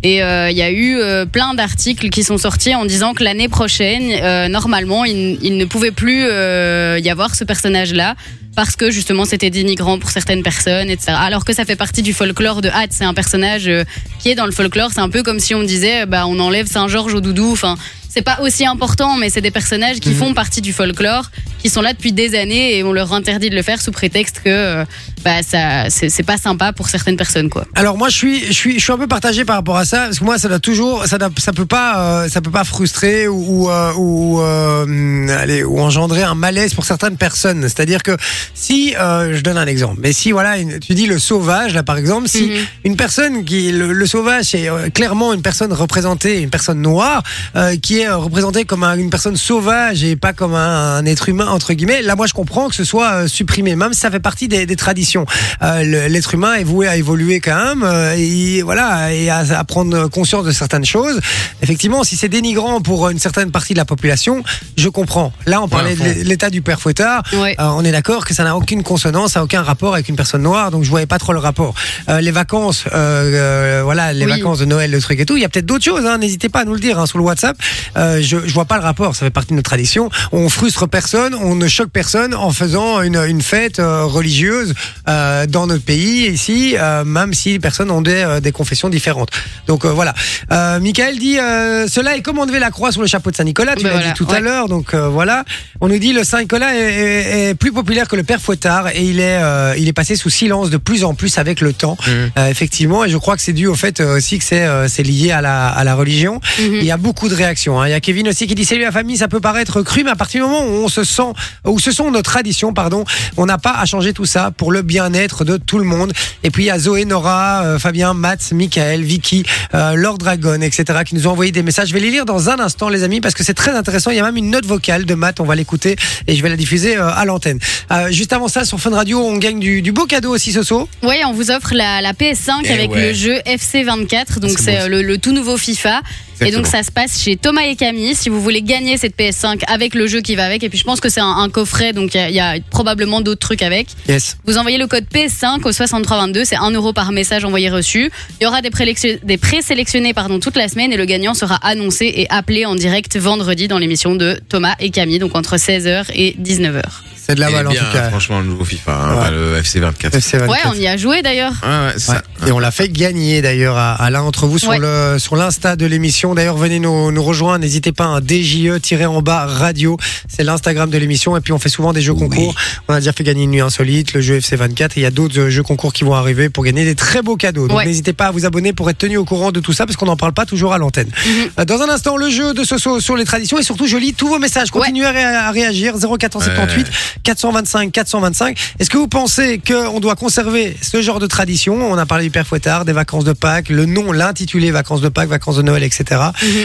[SPEAKER 4] Et euh, il y a eu euh, plein d'articles qui sont sortis en disant que l'année prochaine, euh, normalement, il, il ne pouvait plus euh, y avoir ce personnage-là parce que justement, c'était dénigrant pour certaines personnes, etc. Alors que ça fait partie du folklore de Hâte, c'est un personnage euh, qui est dans le folklore. C'est un peu comme si on disait, euh, bah, on enlève Saint Georges au doudou. Enfin, c'est pas aussi important, mais c'est des personnages qui font partie du folklore, qui sont là depuis des années et on leur interdit de le faire sous prétexte que euh, bah, ça, c'est c'est pas sympa pour certaines personnes, quoi.
[SPEAKER 3] Alors moi je suis je suis je suis un peu partagé par rapport à ça parce que moi ça doit toujours ça doit- ça peut pas euh, ça peut pas frustrer ou ou, euh, ou, euh, hum, allez, ou engendrer un malaise pour certaines personnes c'est-à-dire que si euh, je donne un exemple mais si voilà une- tu dis le sauvage là par exemple si
[SPEAKER 4] Mhm.
[SPEAKER 3] une personne qui le, le sauvage c'est euh, clairement une personne représentée une personne noire euh, qui est euh, représentée comme un- une personne sauvage et pas comme un, un être humain entre guillemets là moi je comprends que ce soit euh, supprimé même si ça fait partie des, des traditions euh, le- l'être humain est voué à évoluer quand même euh, et voilà et à, à prendre conscience de certaines choses effectivement si c'est dénigrant pour une certaine partie de la population je comprends là on parlait
[SPEAKER 5] à fond.
[SPEAKER 3] de l'état du père fouettard
[SPEAKER 4] Ouais.
[SPEAKER 3] euh, on est d'accord que ça n'a aucune consonance, ça n'a aucun rapport avec une personne noire, donc je voyais pas trop le rapport. Euh, les vacances, euh, euh, voilà, les
[SPEAKER 4] Oui.
[SPEAKER 3] vacances de Noël, le truc et tout. Il y a peut-être d'autres choses. hein, N'hésitez pas à nous le dire hein, sur le WhatsApp. Euh, je, je vois pas le rapport. Ça fait partie de notre tradition. On frustre personne, on ne choque personne en faisant une, une fête euh, religieuse euh, dans notre pays ici, euh, même si les personnes ont des, euh, des confessions différentes. Donc euh, voilà. Euh, Michael dit euh, cela est comme enlever la croix sur le chapeau de Saint-Nicolas. Tu
[SPEAKER 4] Ben
[SPEAKER 3] l'as
[SPEAKER 4] voilà,
[SPEAKER 3] dit tout à
[SPEAKER 4] ouais.
[SPEAKER 3] l'heure. Donc euh, voilà. On nous dit le Saint-Nicolas est, est- est plus populaire que le Père Fouettard et il est, euh, il est passé sous silence de plus en plus avec le temps. Euh, effectivement, et je crois que c'est dû au fait euh, aussi que c'est euh, c'est lié à la, à la religion.
[SPEAKER 4] Mhm.
[SPEAKER 3] Il y a beaucoup de réactions. hein. Il y a Kevin aussi qui dit salut la famille, ça peut paraître cru, mais à partir du moment où on se sent, où ce sont nos traditions, pardon, on n'a pas à changer tout ça pour le bien-être de tout le monde. Et puis il y a Zoé, Nora, euh, Fabien, Matt, Michael, Vicky, euh, Lord Dragon, etc. qui nous ont envoyé des messages. Je vais les lire dans un instant, les amis, parce que c'est très intéressant. Il y a même une note vocale de Matt, on va l'écouter et je vais la diffuser euh, à l'antenne. Euh, juste avant ça, sur Fun Radio, on gagne du, du beau cadeau aussi, Soso.
[SPEAKER 4] Oui, on vous offre la, la PS5
[SPEAKER 5] Eh
[SPEAKER 4] avec
[SPEAKER 5] ouais.
[SPEAKER 4] le jeu FC24, donc
[SPEAKER 5] c'est
[SPEAKER 4] c'est
[SPEAKER 5] bon.
[SPEAKER 4] euh, le, le tout nouveau FIFA. Et
[SPEAKER 5] Exactement.
[SPEAKER 4] donc ça se passe chez Thomas et Camille. Si vous voulez gagner cette PS5 avec le jeu qui va avec, et puis je pense que c'est un, un coffret, donc il y a- il y, a probablement d'autres trucs avec.
[SPEAKER 3] Yes.
[SPEAKER 4] Vous envoyez le code PS5 au 6322, c'est 1 euro par message envoyé reçu. Il y aura des, prélection- des présélectionnés pardon toute la semaine et le gagnant sera annoncé et appelé en direct vendredi dans l'émission de Thomas et Camille, donc entre 16h et 19h.
[SPEAKER 3] C'est de la
[SPEAKER 5] Il est
[SPEAKER 3] balle en
[SPEAKER 5] Eh bien,
[SPEAKER 3] tout cas.
[SPEAKER 5] Franchement, le nouveau FIFA, hein,
[SPEAKER 3] Ouais.
[SPEAKER 5] pas le FC24.
[SPEAKER 3] FC24.
[SPEAKER 4] Ouais, on y a joué d'ailleurs.
[SPEAKER 5] Ah ouais, ça.
[SPEAKER 3] Ouais. Et on l'a fait gagner d'ailleurs à, à l'un d'entre vous sur
[SPEAKER 4] Ouais.
[SPEAKER 3] le sur l'insta de l'émission. D'ailleurs, venez nous, nous rejoindre. N'hésitez pas hein, à DJE en bas radio. C'est l'Instagram de l'émission. Et puis on fait souvent des jeux concours. On a déjà fait gagner une nuit insolite, le jeu FC 24. Et il y a d'autres euh, jeux concours qui vont arriver pour gagner des très beaux cadeaux. Donc
[SPEAKER 4] Ouais.
[SPEAKER 3] n'hésitez pas à vous abonner pour être tenu au courant de tout ça parce qu'on n'en parle pas toujours à l'antenne.
[SPEAKER 4] Mm-hmm.
[SPEAKER 3] Euh, Dans un instant, le jeu de Soso sur les traditions et surtout je lis tous vos messages. Continuez à, ré- à réagir 0478 425 425. Est-ce que vous pensez qu'on doit conserver ce genre de tradition On a parlé du Père Fouettard, des vacances de Pâques, le nom, l'intitulé vacances de Pâques, vacances de Noël, etc.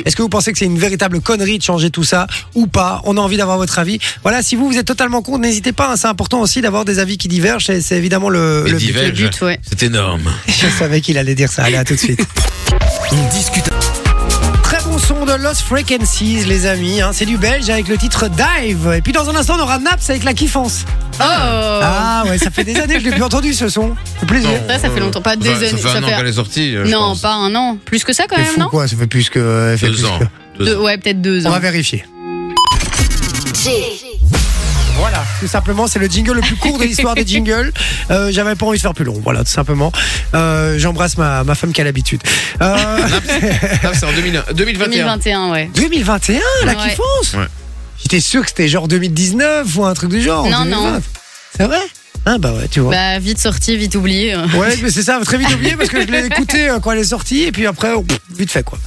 [SPEAKER 3] Est-ce que vous pensez que c'est une véritable connerie de changer tout ça ou pas On a envie d'avoir votre avis. Voilà, si vous, vous êtes totalement contre, n'hésitez pas. hein, c'est important aussi d'avoir des avis qui divergent. et C'est évidemment le,
[SPEAKER 5] Et
[SPEAKER 3] le but.
[SPEAKER 5] divergent.
[SPEAKER 4] but, ouais.
[SPEAKER 5] C'est énorme.
[SPEAKER 3] Je savais qu'il allait dire ça. Allez, à tout de suite.
[SPEAKER 2] On discute.
[SPEAKER 3] Très bon son de Lost Frequencies, les amis. hein. C'est du belge avec le titre Dive. Et puis dans un instant, on aura Naps avec la kiffance.
[SPEAKER 4] Oh
[SPEAKER 3] Ah ouais, ça fait des années que je l'ai plus entendu ce son. C'est plaisir.
[SPEAKER 5] Non,
[SPEAKER 4] Ça, ça fait
[SPEAKER 5] euh,
[SPEAKER 4] longtemps. Pas des
[SPEAKER 5] Ça
[SPEAKER 4] années,
[SPEAKER 5] fait
[SPEAKER 4] ça
[SPEAKER 5] un an
[SPEAKER 4] fait-
[SPEAKER 5] qu'elle est sortie. je
[SPEAKER 4] Non,
[SPEAKER 5] pense.
[SPEAKER 4] pas un an. Plus que ça quand
[SPEAKER 3] C'est
[SPEAKER 4] même,
[SPEAKER 3] fou
[SPEAKER 4] Euh, non
[SPEAKER 3] quoi, ça fait plus que. euh, fait
[SPEAKER 5] Deux
[SPEAKER 3] plus
[SPEAKER 5] ans.
[SPEAKER 3] que-
[SPEAKER 5] Deux
[SPEAKER 4] Deux-
[SPEAKER 5] ans.
[SPEAKER 4] Ouais, peut-être deux
[SPEAKER 3] On va
[SPEAKER 4] ans.
[SPEAKER 3] vérifier.
[SPEAKER 1] J,
[SPEAKER 3] Voilà, tout simplement, c'est le jingle le plus court de l'histoire des jingles. Euh, J'avais pas envie de faire plus long, voilà, tout simplement. Euh, J'embrasse ma, ma femme qui a l'habitude. Euh,
[SPEAKER 5] Ah, c'est en 2000
[SPEAKER 3] hein.
[SPEAKER 5] 2021.
[SPEAKER 4] 2021, ouais.
[SPEAKER 3] 2021, la
[SPEAKER 4] Ouais.
[SPEAKER 3] kiffance
[SPEAKER 5] Ouais.
[SPEAKER 3] J'étais sûr que c'était genre 2019 ou un truc du genre.
[SPEAKER 4] Non, non.
[SPEAKER 3] 2020. C'est vrai Ah bah ouais, tu vois.
[SPEAKER 4] Bah, vite sorti, vite oublié. euh.
[SPEAKER 3] Ouais, mais c'est ça, très vite oublié parce que je l'ai écouté euh, quand elle est sortie et puis après, oh, pff, vite fait quoi.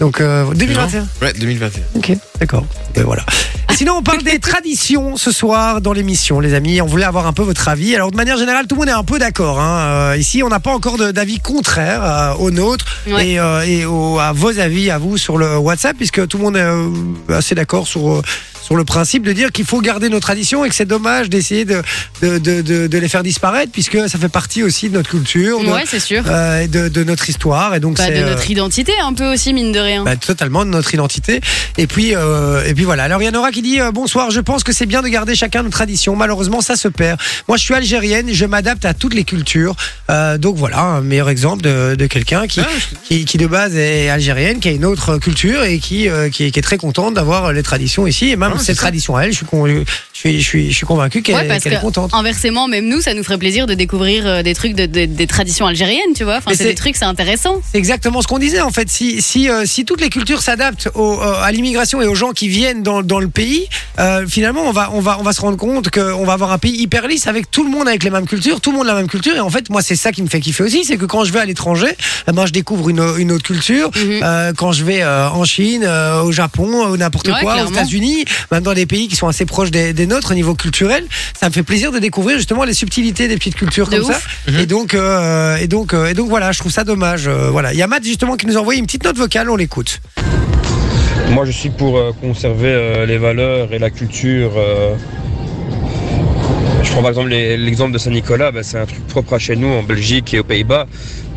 [SPEAKER 3] Donc euh, 2021.
[SPEAKER 5] Ouais, 2021.
[SPEAKER 3] Ok, d'accord. Ben voilà. Et Sinon, on parle des traditions ce soir dans l'émission, les amis. On voulait avoir un peu votre avis. Alors, de manière générale, tout le monde est un peu d'accord. hein. Euh, ici, on n'a pas encore de- d'avis contraire euh, au nôtre
[SPEAKER 4] Ouais.
[SPEAKER 3] et, euh, et au- à vos avis, à vous, sur le WhatsApp, puisque tout le monde est euh, assez d'accord sur, euh, sur le principe de dire qu'il faut garder nos traditions et que c'est dommage d'essayer de, de, de- de- de les faire disparaître, puisque ça fait partie aussi de notre culture, de,
[SPEAKER 4] Ouais, c'est sûr.
[SPEAKER 3] euh, et de, de notre histoire. Et donc,
[SPEAKER 4] Bah,
[SPEAKER 3] c'est,
[SPEAKER 4] de
[SPEAKER 3] euh,
[SPEAKER 4] notre identité un peu aussi, mine de rien.
[SPEAKER 3] bah, totalement de notre identité. Et puis, euh, et puis voilà. Alors, il y en aura qui dit euh, Bonsoir, je pense que c'est bien de garder chacun nos traditions. Malheureusement, ça se perd. Moi, je suis algérienne, je m'adapte à toutes les cultures. Euh, donc voilà, un meilleur exemple de, de quelqu'un
[SPEAKER 4] Hein
[SPEAKER 3] qui, qui, qui, de base, est algérienne, qui a une autre culture et qui, euh, qui, est- qui est très contente d'avoir les traditions ici et même
[SPEAKER 5] mais
[SPEAKER 3] c'est
[SPEAKER 5] c'est ça.
[SPEAKER 3] tradition à elle. Je suis, con- je suis, je suis, je suis convaincu qu'elle
[SPEAKER 4] Ah, Ouais, parce
[SPEAKER 3] qu'elle est
[SPEAKER 4] que-
[SPEAKER 3] contente.
[SPEAKER 4] Inversement, même nous, ça nous ferait plaisir de découvrir euh, des trucs de- de- des traditions algériennes, tu vois. Enfin,
[SPEAKER 3] Mais
[SPEAKER 4] c'est
[SPEAKER 3] c'est-
[SPEAKER 4] des trucs, c'est intéressant.
[SPEAKER 3] C'est exactement ce qu'on disait en fait. Si, si, euh, si toutes les cultures s'adaptent au- euh, à l'immigration et aux gens qui viennent dans, dans le pays, euh, finalement on va, on, va, on va se rendre compte qu'on va avoir un pays hyper lisse avec tout le monde avec les mêmes cultures, tout le monde la même culture. Et en fait, moi c'est ça qui me fait kiffer aussi, c'est que quand je vais à l'étranger, eh ben, je découvre une, une autre culture.
[SPEAKER 4] Mhm.
[SPEAKER 3] Euh, quand je vais euh, en Chine, euh, au Japon, euh, ou n'importe
[SPEAKER 4] Ouais,
[SPEAKER 3] quoi, aux
[SPEAKER 4] clairement.
[SPEAKER 3] États-Unis, même dans des pays qui sont assez proches des, des nôtres au niveau culturel, ça me fait plaisir de découvrir justement les subtilités des petites cultures
[SPEAKER 4] De
[SPEAKER 3] comme
[SPEAKER 4] ouf.
[SPEAKER 3] ça. Et donc, euh, et donc, euh, et donc voilà, je trouve ça dommage. euh, voilà, il y a Matt justement qui nous a envoyé une petite note vocale, on l'écoute.
[SPEAKER 6] Moi, je suis pour euh, conserver euh, les valeurs et la culture. euh. Je prends par exemple les- l'exemple de Saint-Nicolas, ben, c'est un truc propre à chez nous, en Belgique et aux Pays-Bas.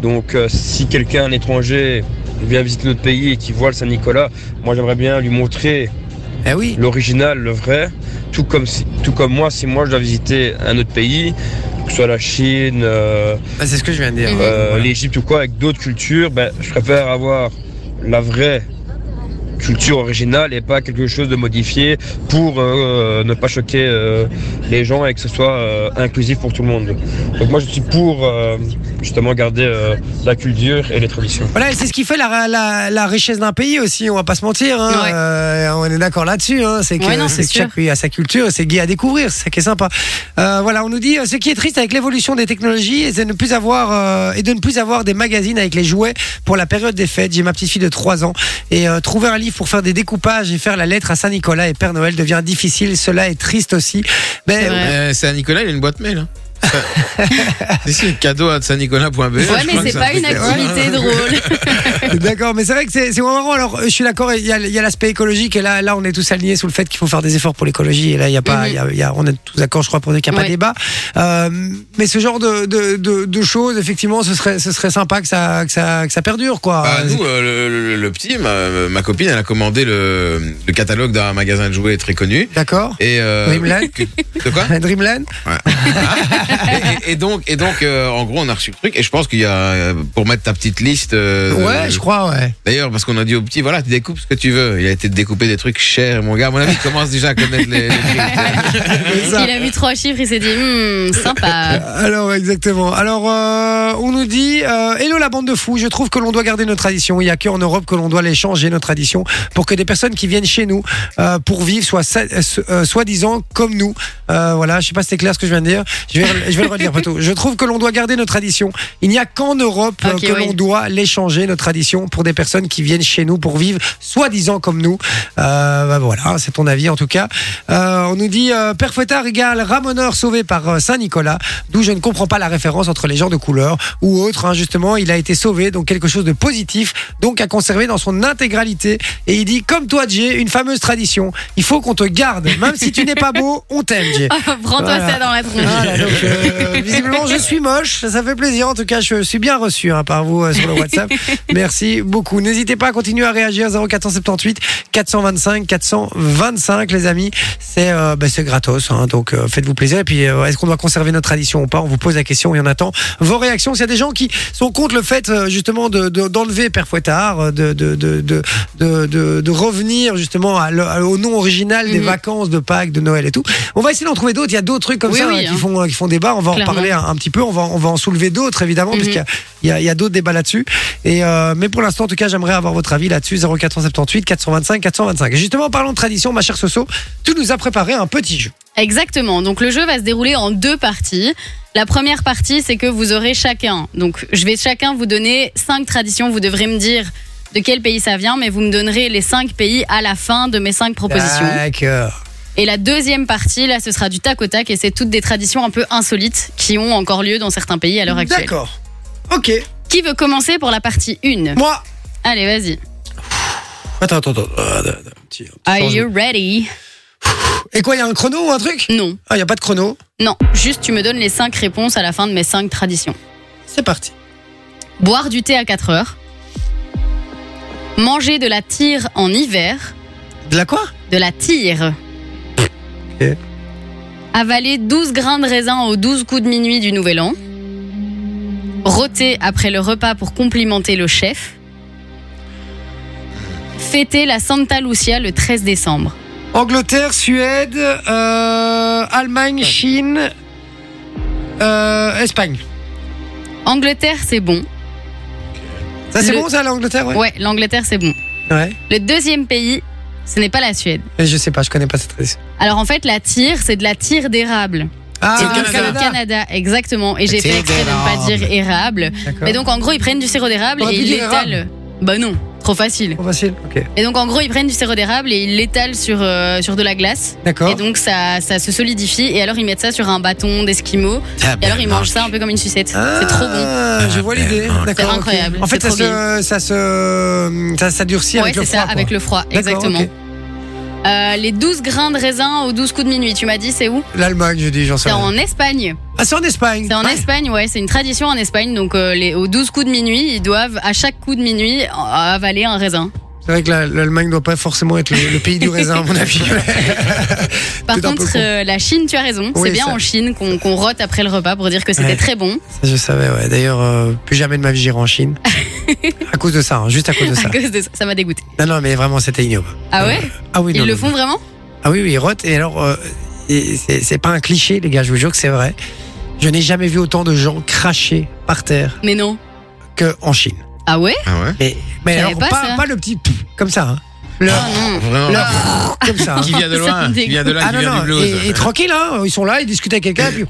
[SPEAKER 6] Donc, euh, si quelqu'un, un étranger, vient visiter notre pays et qui voit le Saint-Nicolas, moi, j'aimerais bien lui montrer
[SPEAKER 3] Eh oui.
[SPEAKER 6] l'original, le vrai, tout comme, si- tout comme moi, si moi, je dois visiter un autre pays, que ce soit la Chine, euh,
[SPEAKER 3] Bah, c'est ce que je viens de dire.
[SPEAKER 4] Mhm.
[SPEAKER 6] euh,
[SPEAKER 3] Voilà.
[SPEAKER 6] l'Égypte ou quoi, avec d'autres cultures, ben, je préfère avoir la vraie culture originale et pas quelque chose de modifié pour euh, ne pas choquer euh, les gens et que ce soit euh, inclusif pour tout le monde. Donc moi je suis pour euh, justement garder euh, la culture et les traditions.
[SPEAKER 3] Voilà, et c'est ce qui fait la, la, la richesse d'un pays aussi, on va pas se mentir. hein.
[SPEAKER 4] Ouais.
[SPEAKER 3] Euh, on est d'accord là-dessus. hein. C'est que,
[SPEAKER 4] Ouais, non,
[SPEAKER 3] c'est
[SPEAKER 4] c'est
[SPEAKER 3] que chaque
[SPEAKER 4] sûr.
[SPEAKER 3] pays a sa culture, et c'est gay à découvrir, c'est ça qui est sympa. Euh, voilà, on nous dit euh, ce qui est triste avec l'évolution des technologies et de ne plus avoir euh, et de ne plus avoir des magazines avec les jouets pour la période des fêtes. J'ai ma petite fille de 3 ans et euh, trouver un livre pour faire des découpages et faire la lettre à Saint Nicolas et Père Noël devient difficile. Cela est triste aussi.
[SPEAKER 4] C'est
[SPEAKER 3] Mais
[SPEAKER 4] vrai.
[SPEAKER 5] Euh, c'est à Nicolas, il a une boîte mail. hein. si, si, cadeau à saintnicolas.be.
[SPEAKER 4] Ouais, mais c'est pas une activité drôle.
[SPEAKER 3] D'accord, mais c'est vrai que c'est c'est vraiment marrant. Alors, euh, je suis d'accord, il y a, il y a l'aspect écologique, et là, là, on est tous alignés sur le fait qu'il faut faire des efforts pour l'écologie, et là, il y a pas,
[SPEAKER 4] Mhm.
[SPEAKER 3] il y a- il y a- on est tous d'accord, je crois, pour dire qu'il n'y a pas
[SPEAKER 4] Ouais.
[SPEAKER 3] de débat. Euh, mais ce genre de, de, de, de choses, effectivement, ce serait, ce serait sympa que ça, que ça, que ça perdure, quoi.
[SPEAKER 5] Bah, nous, euh, le, le- le petit, ma, ma copine, elle a commandé le, le catalogue d'un magasin de jouets très connu.
[SPEAKER 3] D'accord
[SPEAKER 5] Et euh,
[SPEAKER 3] Dreamland
[SPEAKER 5] que- De quoi
[SPEAKER 3] Dreamland
[SPEAKER 5] et, et- et donc, et donc euh, en gros, on a reçu le truc. Et je pense qu'il y a, euh, pour mettre ta petite liste. euh,
[SPEAKER 3] Ouais, je crois, ouais.
[SPEAKER 5] D'ailleurs, parce qu'on a dit au petit, voilà, tu découpes ce que tu veux. Il a été de découper des trucs chers, mon gars. À mon avis, il commence déjà à connaître les, les prix.
[SPEAKER 3] C'est ça.
[SPEAKER 4] Il a vu trois chiffres, il s'est dit, Hmm, sympa.
[SPEAKER 3] Alors exactement. Alors euh, on nous dit euh, hello la bande de fous. Je trouve que l'on doit garder nos traditions. Il n'y a qu'en Europe que l'on doit les changer nos traditions pour que des personnes qui viennent chez nous euh, pour vivre soient sa- euh, so- euh, soi-disant comme nous. Euh, voilà, je sais pas si c'est clair ce que je viens de dire. Je vais, re- je vais le redire plutôt. Je trouve que l'on doit garder nos traditions. Il n'y a qu'en Europe euh,
[SPEAKER 4] Ok,
[SPEAKER 3] que
[SPEAKER 4] oui.
[SPEAKER 3] l'on doit les changer nos traditions pour des personnes qui viennent chez nous pour vivre soi-disant comme nous. Euh, bah, voilà, c'est ton avis en tout cas. Euh, on nous dit euh, Père Fouettard égale ramoneur sauvé par euh, Saint Nicolas, d'où je ne comprends pas la référence entre les gens de couleur ou autre. hein, justement, il a été sauvé, donc quelque chose de positif, donc à conserver dans son intégralité. Et il dit comme toi, Jay, une fameuse tradition. Il faut qu'on te garde, même si tu n'es pas beau, on t'aime, Jay.
[SPEAKER 4] Prends-toi
[SPEAKER 3] Voilà.
[SPEAKER 4] ça dans la tronche.
[SPEAKER 3] Voilà, donc, euh, visiblement, je suis moche. Ça fait plaisir. En tout cas, je suis bien reçu hein, par vous euh, sur le WhatsApp. Merci beaucoup. N'hésitez pas à continuer à réagir 0478 425 425, les amis. C'est euh, bah, c'est gratos. hein. donc, euh, faites-vous plaisir. Et puis, euh, est-ce qu'on doit conserver notre tradition ou pas On vous pose la question et on attend vos réactions. S'il y a des gens qui sont contre le fait euh, justement de- de- d'enlever Père Fouettard, euh, de, de, de, de, de, de- de revenir justement à le- au nom original des
[SPEAKER 4] Mhm.
[SPEAKER 3] vacances de Pâques, de Noël et tout. On va essayer d'en trouver d'autres. Il y a d'autres trucs comme
[SPEAKER 4] Oui,
[SPEAKER 3] ça
[SPEAKER 4] oui,
[SPEAKER 3] hein, qui,
[SPEAKER 4] hein.
[SPEAKER 3] font, qui font débat. On va en
[SPEAKER 4] Clairement.
[SPEAKER 3] parler un, un petit peu. On va, on va en soulever d'autres évidemment,
[SPEAKER 4] Mhm.
[SPEAKER 3] parce qu'il y a- il y a, il y a d'autres débats là-dessus. Et euh, mais pour l'instant, en tout cas, j'aimerais avoir votre avis là-dessus. 0478 425 425. Et justement, parlons de tradition, ma chère Soso. Tu nous as préparé un petit jeu.
[SPEAKER 4] Exactement. Donc le jeu va se dérouler en deux parties. La première partie, c'est que vous aurez chacun. Donc je vais chacun vous donner cinq traditions. Vous devrez me dire de quel pays ça vient, mais vous me donnerez les cinq pays à la fin de mes cinq propositions.
[SPEAKER 3] D'accord.
[SPEAKER 4] Et la deuxième partie, là, ce sera du tac au tac et c'est toutes des traditions un peu insolites qui ont encore lieu dans certains pays à l'heure actuelle.
[SPEAKER 3] D'accord. Ok.
[SPEAKER 4] Qui veut commencer pour la partie 1
[SPEAKER 3] Moi.
[SPEAKER 4] Allez, vas-y.
[SPEAKER 3] Attends, attends, attends. Euh, attends, attends, petit- petit
[SPEAKER 4] Are
[SPEAKER 3] changement.
[SPEAKER 4] you ready
[SPEAKER 3] Et quoi, il y a un chrono ou un truc
[SPEAKER 4] Non,
[SPEAKER 3] Ah, il n'y a pas de chrono.
[SPEAKER 4] non. Juste, tu me donnes les cinq réponses à la fin de mes cinq traditions.
[SPEAKER 3] C'est parti.
[SPEAKER 4] Boire du thé à 4 heures. Manger de la tire en hiver.
[SPEAKER 3] De la quoi
[SPEAKER 4] De la tire.
[SPEAKER 3] Ok.
[SPEAKER 4] Avaler 12 grains de raisin aux 12 coups de minuit du Nouvel An. Rôter après le repas pour complimenter le chef. Fêter la Santa Lucia le 13 décembre.
[SPEAKER 3] Angleterre, Suède, euh, Allemagne, Chine, euh, Espagne.
[SPEAKER 4] Angleterre, c'est bon.
[SPEAKER 3] Ça, c'est
[SPEAKER 4] Le-
[SPEAKER 3] bon, ça, l'Angleterre ouais.
[SPEAKER 4] Ouais, l'Angleterre, c'est bon.
[SPEAKER 3] Ouais.
[SPEAKER 4] Le deuxième pays, ce n'est pas la Suède.
[SPEAKER 3] Et Je sais pas, je connais pas cette tradition.
[SPEAKER 4] Alors en fait, la tire, c'est de la tire d'érable.
[SPEAKER 3] Ah,
[SPEAKER 4] C'est
[SPEAKER 5] le
[SPEAKER 4] donc
[SPEAKER 5] Canada.
[SPEAKER 4] le Canada, exactement. Et j'ai
[SPEAKER 2] Tire
[SPEAKER 4] fait exprès de ne pas
[SPEAKER 2] d'érable.
[SPEAKER 4] dire érable.
[SPEAKER 3] D'accord.
[SPEAKER 4] Mais donc en gros, ils prennent du sirop d'érable
[SPEAKER 3] T'aurais
[SPEAKER 4] et
[SPEAKER 3] pu
[SPEAKER 4] ils
[SPEAKER 3] dire
[SPEAKER 4] l'étalent. Bah non, trop facile.
[SPEAKER 3] Trop facile. Ok.
[SPEAKER 4] Et donc en gros, ils prennent du sirop d'érable et ils l'étalent sur, euh, sur de la glace. Et
[SPEAKER 3] D'accord.
[SPEAKER 4] donc ça, ça se solidifie et alors ils mettent ça sur un bâton d'esquimau
[SPEAKER 2] Ah,
[SPEAKER 4] et alors
[SPEAKER 2] ben,
[SPEAKER 4] ils
[SPEAKER 2] mange.
[SPEAKER 4] mangent ça un peu comme une sucette. C'est trop bon.
[SPEAKER 3] Ah, Je vois l'idée.
[SPEAKER 2] Ah,
[SPEAKER 3] D'accord.
[SPEAKER 4] c'est
[SPEAKER 3] ok.
[SPEAKER 4] incroyable,
[SPEAKER 3] En fait,
[SPEAKER 4] c'est
[SPEAKER 3] ça
[SPEAKER 4] trop
[SPEAKER 3] se, ça se, ça, ça durcit
[SPEAKER 4] Ouais,
[SPEAKER 3] avec le
[SPEAKER 4] c'est
[SPEAKER 3] froid.
[SPEAKER 4] ça, avec le froid, exactement. Euh, les 12 grains de raisin aux 12 coups de minuit, tu m'as dit c'est où
[SPEAKER 3] L'Allemagne, je dis, j'en sais
[SPEAKER 4] C'est
[SPEAKER 3] rien.
[SPEAKER 4] en Espagne.
[SPEAKER 3] Ah, c'est en Espagne.
[SPEAKER 4] C'est en Espagne, ouais, c'est une tradition en Espagne. Donc, euh, les, aux 12 coups de minuit, ils doivent, à chaque coup de minuit, euh, avaler un raisin.
[SPEAKER 3] C'est vrai que la- l'Allemagne doit pas forcément être le, le pays du raisin, à mon avis.
[SPEAKER 4] Par
[SPEAKER 3] Tout un peu
[SPEAKER 4] contre,
[SPEAKER 3] con.
[SPEAKER 4] euh, la Chine, tu as raison.
[SPEAKER 3] Oui,
[SPEAKER 4] c'est bien
[SPEAKER 3] ça.
[SPEAKER 4] en Chine qu'on qu'on rote après le repas pour dire que c'était
[SPEAKER 3] Ouais.
[SPEAKER 4] très bon.
[SPEAKER 3] Ça, je savais, ouais. D'ailleurs, euh, plus jamais de ma vie j'irai en Chine. à cause de ça, hein, juste à cause de ça.
[SPEAKER 4] À cause de ça, ça m'a dégoûté.
[SPEAKER 3] Non, non, mais vraiment, c'était ignoble.
[SPEAKER 4] Ah ouais
[SPEAKER 3] Ah oui,
[SPEAKER 4] Ils
[SPEAKER 3] non,
[SPEAKER 4] le
[SPEAKER 3] non,
[SPEAKER 4] font vraiment
[SPEAKER 3] Ah oui, oui, Roth. Et alors, euh, et c'est c'est pas un cliché, les gars, je vous jure que c'est vrai. Je n'ai jamais vu autant de gens cracher par terre
[SPEAKER 4] Mais non.
[SPEAKER 3] qu'en Chine.
[SPEAKER 4] Ah ouais
[SPEAKER 5] Ah ouais
[SPEAKER 3] Mais, mais
[SPEAKER 4] J'avais
[SPEAKER 3] alors, pas,
[SPEAKER 4] pas ça.
[SPEAKER 3] pas le petit pouf, comme ça. hein. Le,
[SPEAKER 4] Ah non.
[SPEAKER 5] Vraiment
[SPEAKER 3] le comme ça. hein.
[SPEAKER 5] Qui vient de
[SPEAKER 4] Ça me
[SPEAKER 5] loin Qui
[SPEAKER 4] dégoûte.
[SPEAKER 5] vient de là
[SPEAKER 3] Ah
[SPEAKER 5] Qui
[SPEAKER 3] non,
[SPEAKER 5] vient du
[SPEAKER 3] non,
[SPEAKER 5] blues
[SPEAKER 3] et, et tranquille, hein, ils sont là, ils discutent avec quelqu'un, et puis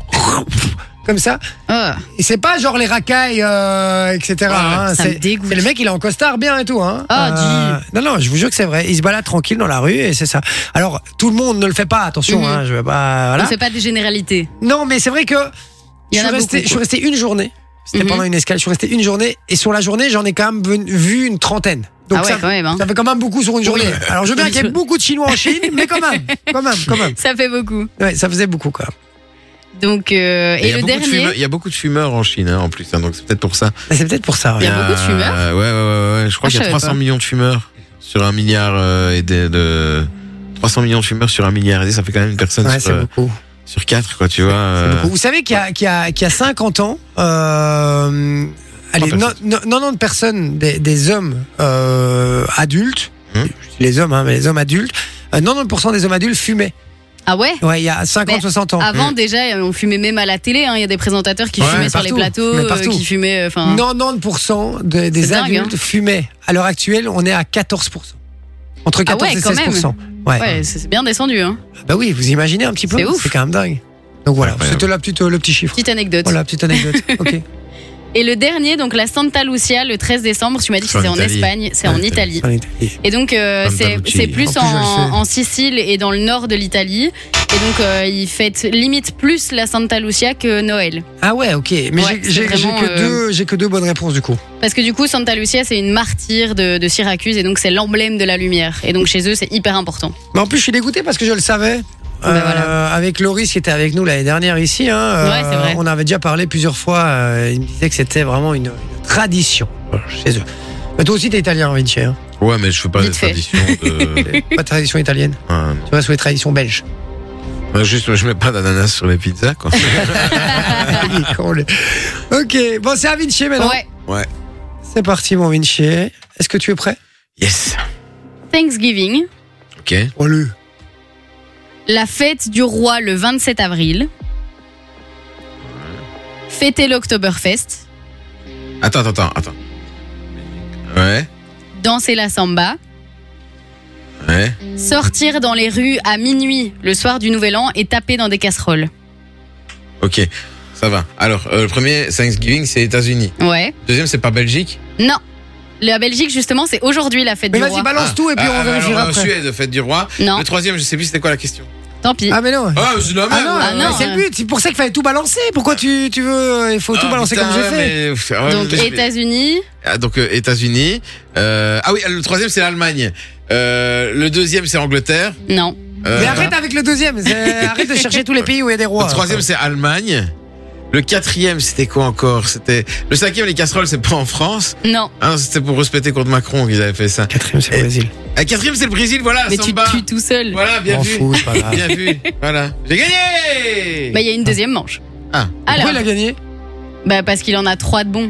[SPEAKER 3] comme ça.
[SPEAKER 4] Ah,
[SPEAKER 3] Et c'est pas genre les racailles, euh, etc. hein,
[SPEAKER 4] ça me
[SPEAKER 3] c'est-
[SPEAKER 4] dégoûte.
[SPEAKER 3] c'est le mec, il est en costard bien et tout. Hein.
[SPEAKER 4] Ah,
[SPEAKER 3] non, non, je vous jure que c'est vrai. Il se balade tranquille dans la rue et c'est ça. Alors, tout le monde ne le fait pas, attention,
[SPEAKER 4] Mhm.
[SPEAKER 3] hein, je vais pas.
[SPEAKER 4] On
[SPEAKER 3] Voilà.
[SPEAKER 4] fait pas des généralités.
[SPEAKER 3] Non, mais c'est vrai que je
[SPEAKER 4] Il y
[SPEAKER 3] suis,
[SPEAKER 4] en a
[SPEAKER 3] resté,
[SPEAKER 4] beaucoup,
[SPEAKER 3] je suis
[SPEAKER 4] quoi.
[SPEAKER 3] resté une journée. C'était
[SPEAKER 4] Mhm.
[SPEAKER 3] pendant une escale. Je suis resté une journée et sur la journée, j'en ai quand même ven- vu une trentaine. Donc
[SPEAKER 4] ah ouais,
[SPEAKER 3] ça,
[SPEAKER 4] quand même. hein.
[SPEAKER 3] ça fait quand même beaucoup sur une journée. Alors, je veux bien qu'il y ait beaucoup de Chinois en Chine, mais quand même, quand même, quand même.
[SPEAKER 4] Ça fait beaucoup.
[SPEAKER 3] Ouais, ça faisait beaucoup, quoi.
[SPEAKER 4] Donc, euh,
[SPEAKER 5] Il
[SPEAKER 4] et,
[SPEAKER 5] y a
[SPEAKER 4] le
[SPEAKER 5] beaucoup de
[SPEAKER 4] dernier.
[SPEAKER 5] fumeurs- Il y a beaucoup de fumeurs en Chine, hein, en plus, hein, donc c'est peut-être pour ça.
[SPEAKER 3] Mais c'est peut-être pour ça.
[SPEAKER 4] Il y
[SPEAKER 3] ouais.
[SPEAKER 4] a beaucoup de fumeurs
[SPEAKER 5] Euh, Ouais, ouais, ouais, ouais. Je crois
[SPEAKER 4] Ah,
[SPEAKER 5] qu'il y
[SPEAKER 4] je
[SPEAKER 5] a
[SPEAKER 4] savais
[SPEAKER 5] 300
[SPEAKER 4] pas.
[SPEAKER 5] millions de fumeurs sur un milliard euh, et de, de- 300 millions de fumeurs sur un milliard et ça fait quand même une personne
[SPEAKER 3] Ouais,
[SPEAKER 5] sur,
[SPEAKER 3] c'est
[SPEAKER 5] euh,
[SPEAKER 3] beaucoup.
[SPEAKER 5] sur quatre, quoi, tu vois.
[SPEAKER 3] C'est
[SPEAKER 5] euh,
[SPEAKER 3] beaucoup. Vous savez qu'il y, a- qu'il y a- qu'il y a 50 ans, euh, allez,
[SPEAKER 5] Trois
[SPEAKER 3] non- non- 90 personnes, des, des hommes euh, adultes, je
[SPEAKER 5] Hmm.
[SPEAKER 3] dis les hommes, hein, mais les hommes adultes, euh, 90% des hommes adultes fumaient.
[SPEAKER 4] Ah ouais
[SPEAKER 3] Ouais, il y a 50-60 ans.
[SPEAKER 4] Avant, déjà, on fumait même à la télé. hein. Il y a des présentateurs qui
[SPEAKER 5] Ouais,
[SPEAKER 4] fumaient
[SPEAKER 5] mais
[SPEAKER 4] sur les
[SPEAKER 3] partout,
[SPEAKER 4] plateaux,
[SPEAKER 3] mais
[SPEAKER 4] euh,
[SPEAKER 3] partout.
[SPEAKER 4] qui fumaient. euh, Enfin,
[SPEAKER 3] 90% de- des
[SPEAKER 4] C'est dingue, hein.
[SPEAKER 3] adultes fumaient. À l'heure actuelle, on est à 14%. Entre
[SPEAKER 4] Ah
[SPEAKER 3] 14
[SPEAKER 4] ouais,
[SPEAKER 3] et
[SPEAKER 4] quand
[SPEAKER 3] 16%. Ouais.
[SPEAKER 4] ouais, c'est c'est bien descendu. Hein.
[SPEAKER 3] Bah oui, vous imaginez un petit peu.
[SPEAKER 4] C'est ouf.
[SPEAKER 3] C'est quand même dingue. Donc voilà,
[SPEAKER 5] Incroyable.
[SPEAKER 3] c'était la petite, euh, le petit chiffre.
[SPEAKER 4] Petite anecdote.
[SPEAKER 3] Voilà, petite anecdote. ok.
[SPEAKER 4] Et le dernier, donc la Santa Lucia, le 13 décembre, tu m'as dit que
[SPEAKER 5] C'est en
[SPEAKER 4] c'était en
[SPEAKER 5] Italie.
[SPEAKER 4] Espagne, c'est
[SPEAKER 5] Ouais,
[SPEAKER 4] en
[SPEAKER 5] Italie.
[SPEAKER 4] Italie.
[SPEAKER 3] En Italie.
[SPEAKER 4] Et donc euh,
[SPEAKER 5] Santa
[SPEAKER 4] c'est
[SPEAKER 5] Lucia.
[SPEAKER 4] c'est
[SPEAKER 3] En
[SPEAKER 4] plus
[SPEAKER 3] plus,
[SPEAKER 4] en,
[SPEAKER 3] je le sais.
[SPEAKER 4] en Sicile et dans le nord de l'Italie. Et donc euh, ils fêtent limite plus la Santa Lucia que Noël.
[SPEAKER 3] Ah ouais, ok. Mais j'ai-
[SPEAKER 4] Ouais, c'est
[SPEAKER 3] j'ai j'ai
[SPEAKER 4] vraiment,
[SPEAKER 3] que,
[SPEAKER 4] euh,
[SPEAKER 3] deux- j'ai que deux bonnes réponses du coup.
[SPEAKER 4] Parce que du coup, Santa Lucia, c'est une martyre de, de Syracuse et donc c'est l'emblème de la lumière. Et donc chez eux, c'est hyper important.
[SPEAKER 3] Mais en plus, je suis dégoûté parce que je le savais. Euh,
[SPEAKER 4] Ben voilà.
[SPEAKER 3] Avec Loris qui était avec nous l'année dernière ici, hein,
[SPEAKER 4] Ouais, c'est vrai.
[SPEAKER 3] on avait déjà parlé plusieurs fois. euh, il me disait que c'était vraiment une, une tradition euh, chez eux. Mais toi aussi, t'es italien, Vinci. Hein.
[SPEAKER 5] euh. Ouais, mais je fais pas
[SPEAKER 4] Vite
[SPEAKER 5] des
[SPEAKER 4] fait.
[SPEAKER 5] traditions de.
[SPEAKER 3] pas de tradition italienne.
[SPEAKER 5] Ouais,
[SPEAKER 3] Tu restes sur les traditions belges.
[SPEAKER 5] non. Juste, je mets pas d'ananas sur les pizzas, quoi.
[SPEAKER 3] Il est con, lui. ok, bon, c'est à Vinci maintenant.
[SPEAKER 4] Ouais.
[SPEAKER 3] C'est parti, mon Vinci. Est-ce que tu es prêt
[SPEAKER 5] Yes.
[SPEAKER 4] Thanksgiving,
[SPEAKER 5] Ok.
[SPEAKER 3] Oh, le.
[SPEAKER 4] la fête du roi le 27 avril. Fêter l'Oktoberfest,
[SPEAKER 5] Attends, attends, attends, attends. Ouais,
[SPEAKER 4] danser la samba.
[SPEAKER 5] ouais.
[SPEAKER 4] Sortir dans les rues à minuit le soir du Nouvel An et taper dans des casseroles.
[SPEAKER 5] Ok. Ça va. Alors, euh, le premier, Thanksgiving, c'est États-Unis.
[SPEAKER 4] Ouais.
[SPEAKER 5] Deuxième, c'est pas Belgique.
[SPEAKER 4] Non. La Belgique, justement, c'est aujourd'hui la fête
[SPEAKER 3] Mais
[SPEAKER 4] du
[SPEAKER 3] vas-y, bah.
[SPEAKER 4] roi.
[SPEAKER 3] balance
[SPEAKER 5] Ah.
[SPEAKER 3] tout et puis
[SPEAKER 5] Ah,
[SPEAKER 3] on vérifiera
[SPEAKER 5] alors, euh,
[SPEAKER 3] après.
[SPEAKER 5] Suède, fête du roi.
[SPEAKER 4] Non,
[SPEAKER 5] Le troisième, je sais plus c'était quoi la question.
[SPEAKER 4] tant pis.
[SPEAKER 3] Ah, mais non.
[SPEAKER 5] Ah, c'est la
[SPEAKER 3] Ah
[SPEAKER 5] merde.
[SPEAKER 3] non,
[SPEAKER 4] Ah non,
[SPEAKER 3] mais c'est
[SPEAKER 4] euh.
[SPEAKER 3] le but, c'est pour ça qu'il fallait tout balancer. Pourquoi tu, tu veux. Il faut tout
[SPEAKER 5] Ah,
[SPEAKER 3] balancer
[SPEAKER 5] putain,
[SPEAKER 3] comme j'ai
[SPEAKER 5] ouais,
[SPEAKER 3] fait.
[SPEAKER 5] mais- pff, ouais,
[SPEAKER 4] Donc,
[SPEAKER 5] mais je-
[SPEAKER 4] États-Unis,
[SPEAKER 5] Ah, donc euh, États-Unis. Euh, ah oui, le troisième c'est l'Allemagne. Euh, le deuxième c'est Angleterre.
[SPEAKER 4] non.
[SPEAKER 5] Euh,
[SPEAKER 3] Mais arrête avec le deuxième, c'est- arrête de chercher tous les pays où il y a des rois.
[SPEAKER 5] le troisième c'est Allemagne. Le quatrième c'était quoi encore C'était le cinquième les casseroles c'est pas en France.
[SPEAKER 4] Non.
[SPEAKER 5] Hein, c'était pour respecter contre Macron qu'ils avaient fait ça.
[SPEAKER 3] Quatrième, c'est
[SPEAKER 5] le
[SPEAKER 3] Brésil.
[SPEAKER 5] Le quatrième c'est le Brésil. Voilà.
[SPEAKER 4] Mais tu
[SPEAKER 5] samba.
[SPEAKER 4] te tues tout seul.
[SPEAKER 5] Voilà, bien
[SPEAKER 3] M'en
[SPEAKER 5] vu.
[SPEAKER 3] fous, c'est pas grave.
[SPEAKER 5] Bien vu. Voilà. J'ai gagné.
[SPEAKER 4] Bah, il y a une deuxième manche.
[SPEAKER 5] Ah.
[SPEAKER 4] Alors,
[SPEAKER 3] Pourquoi il a gagné
[SPEAKER 4] bah, parce qu'il en a trois de bons.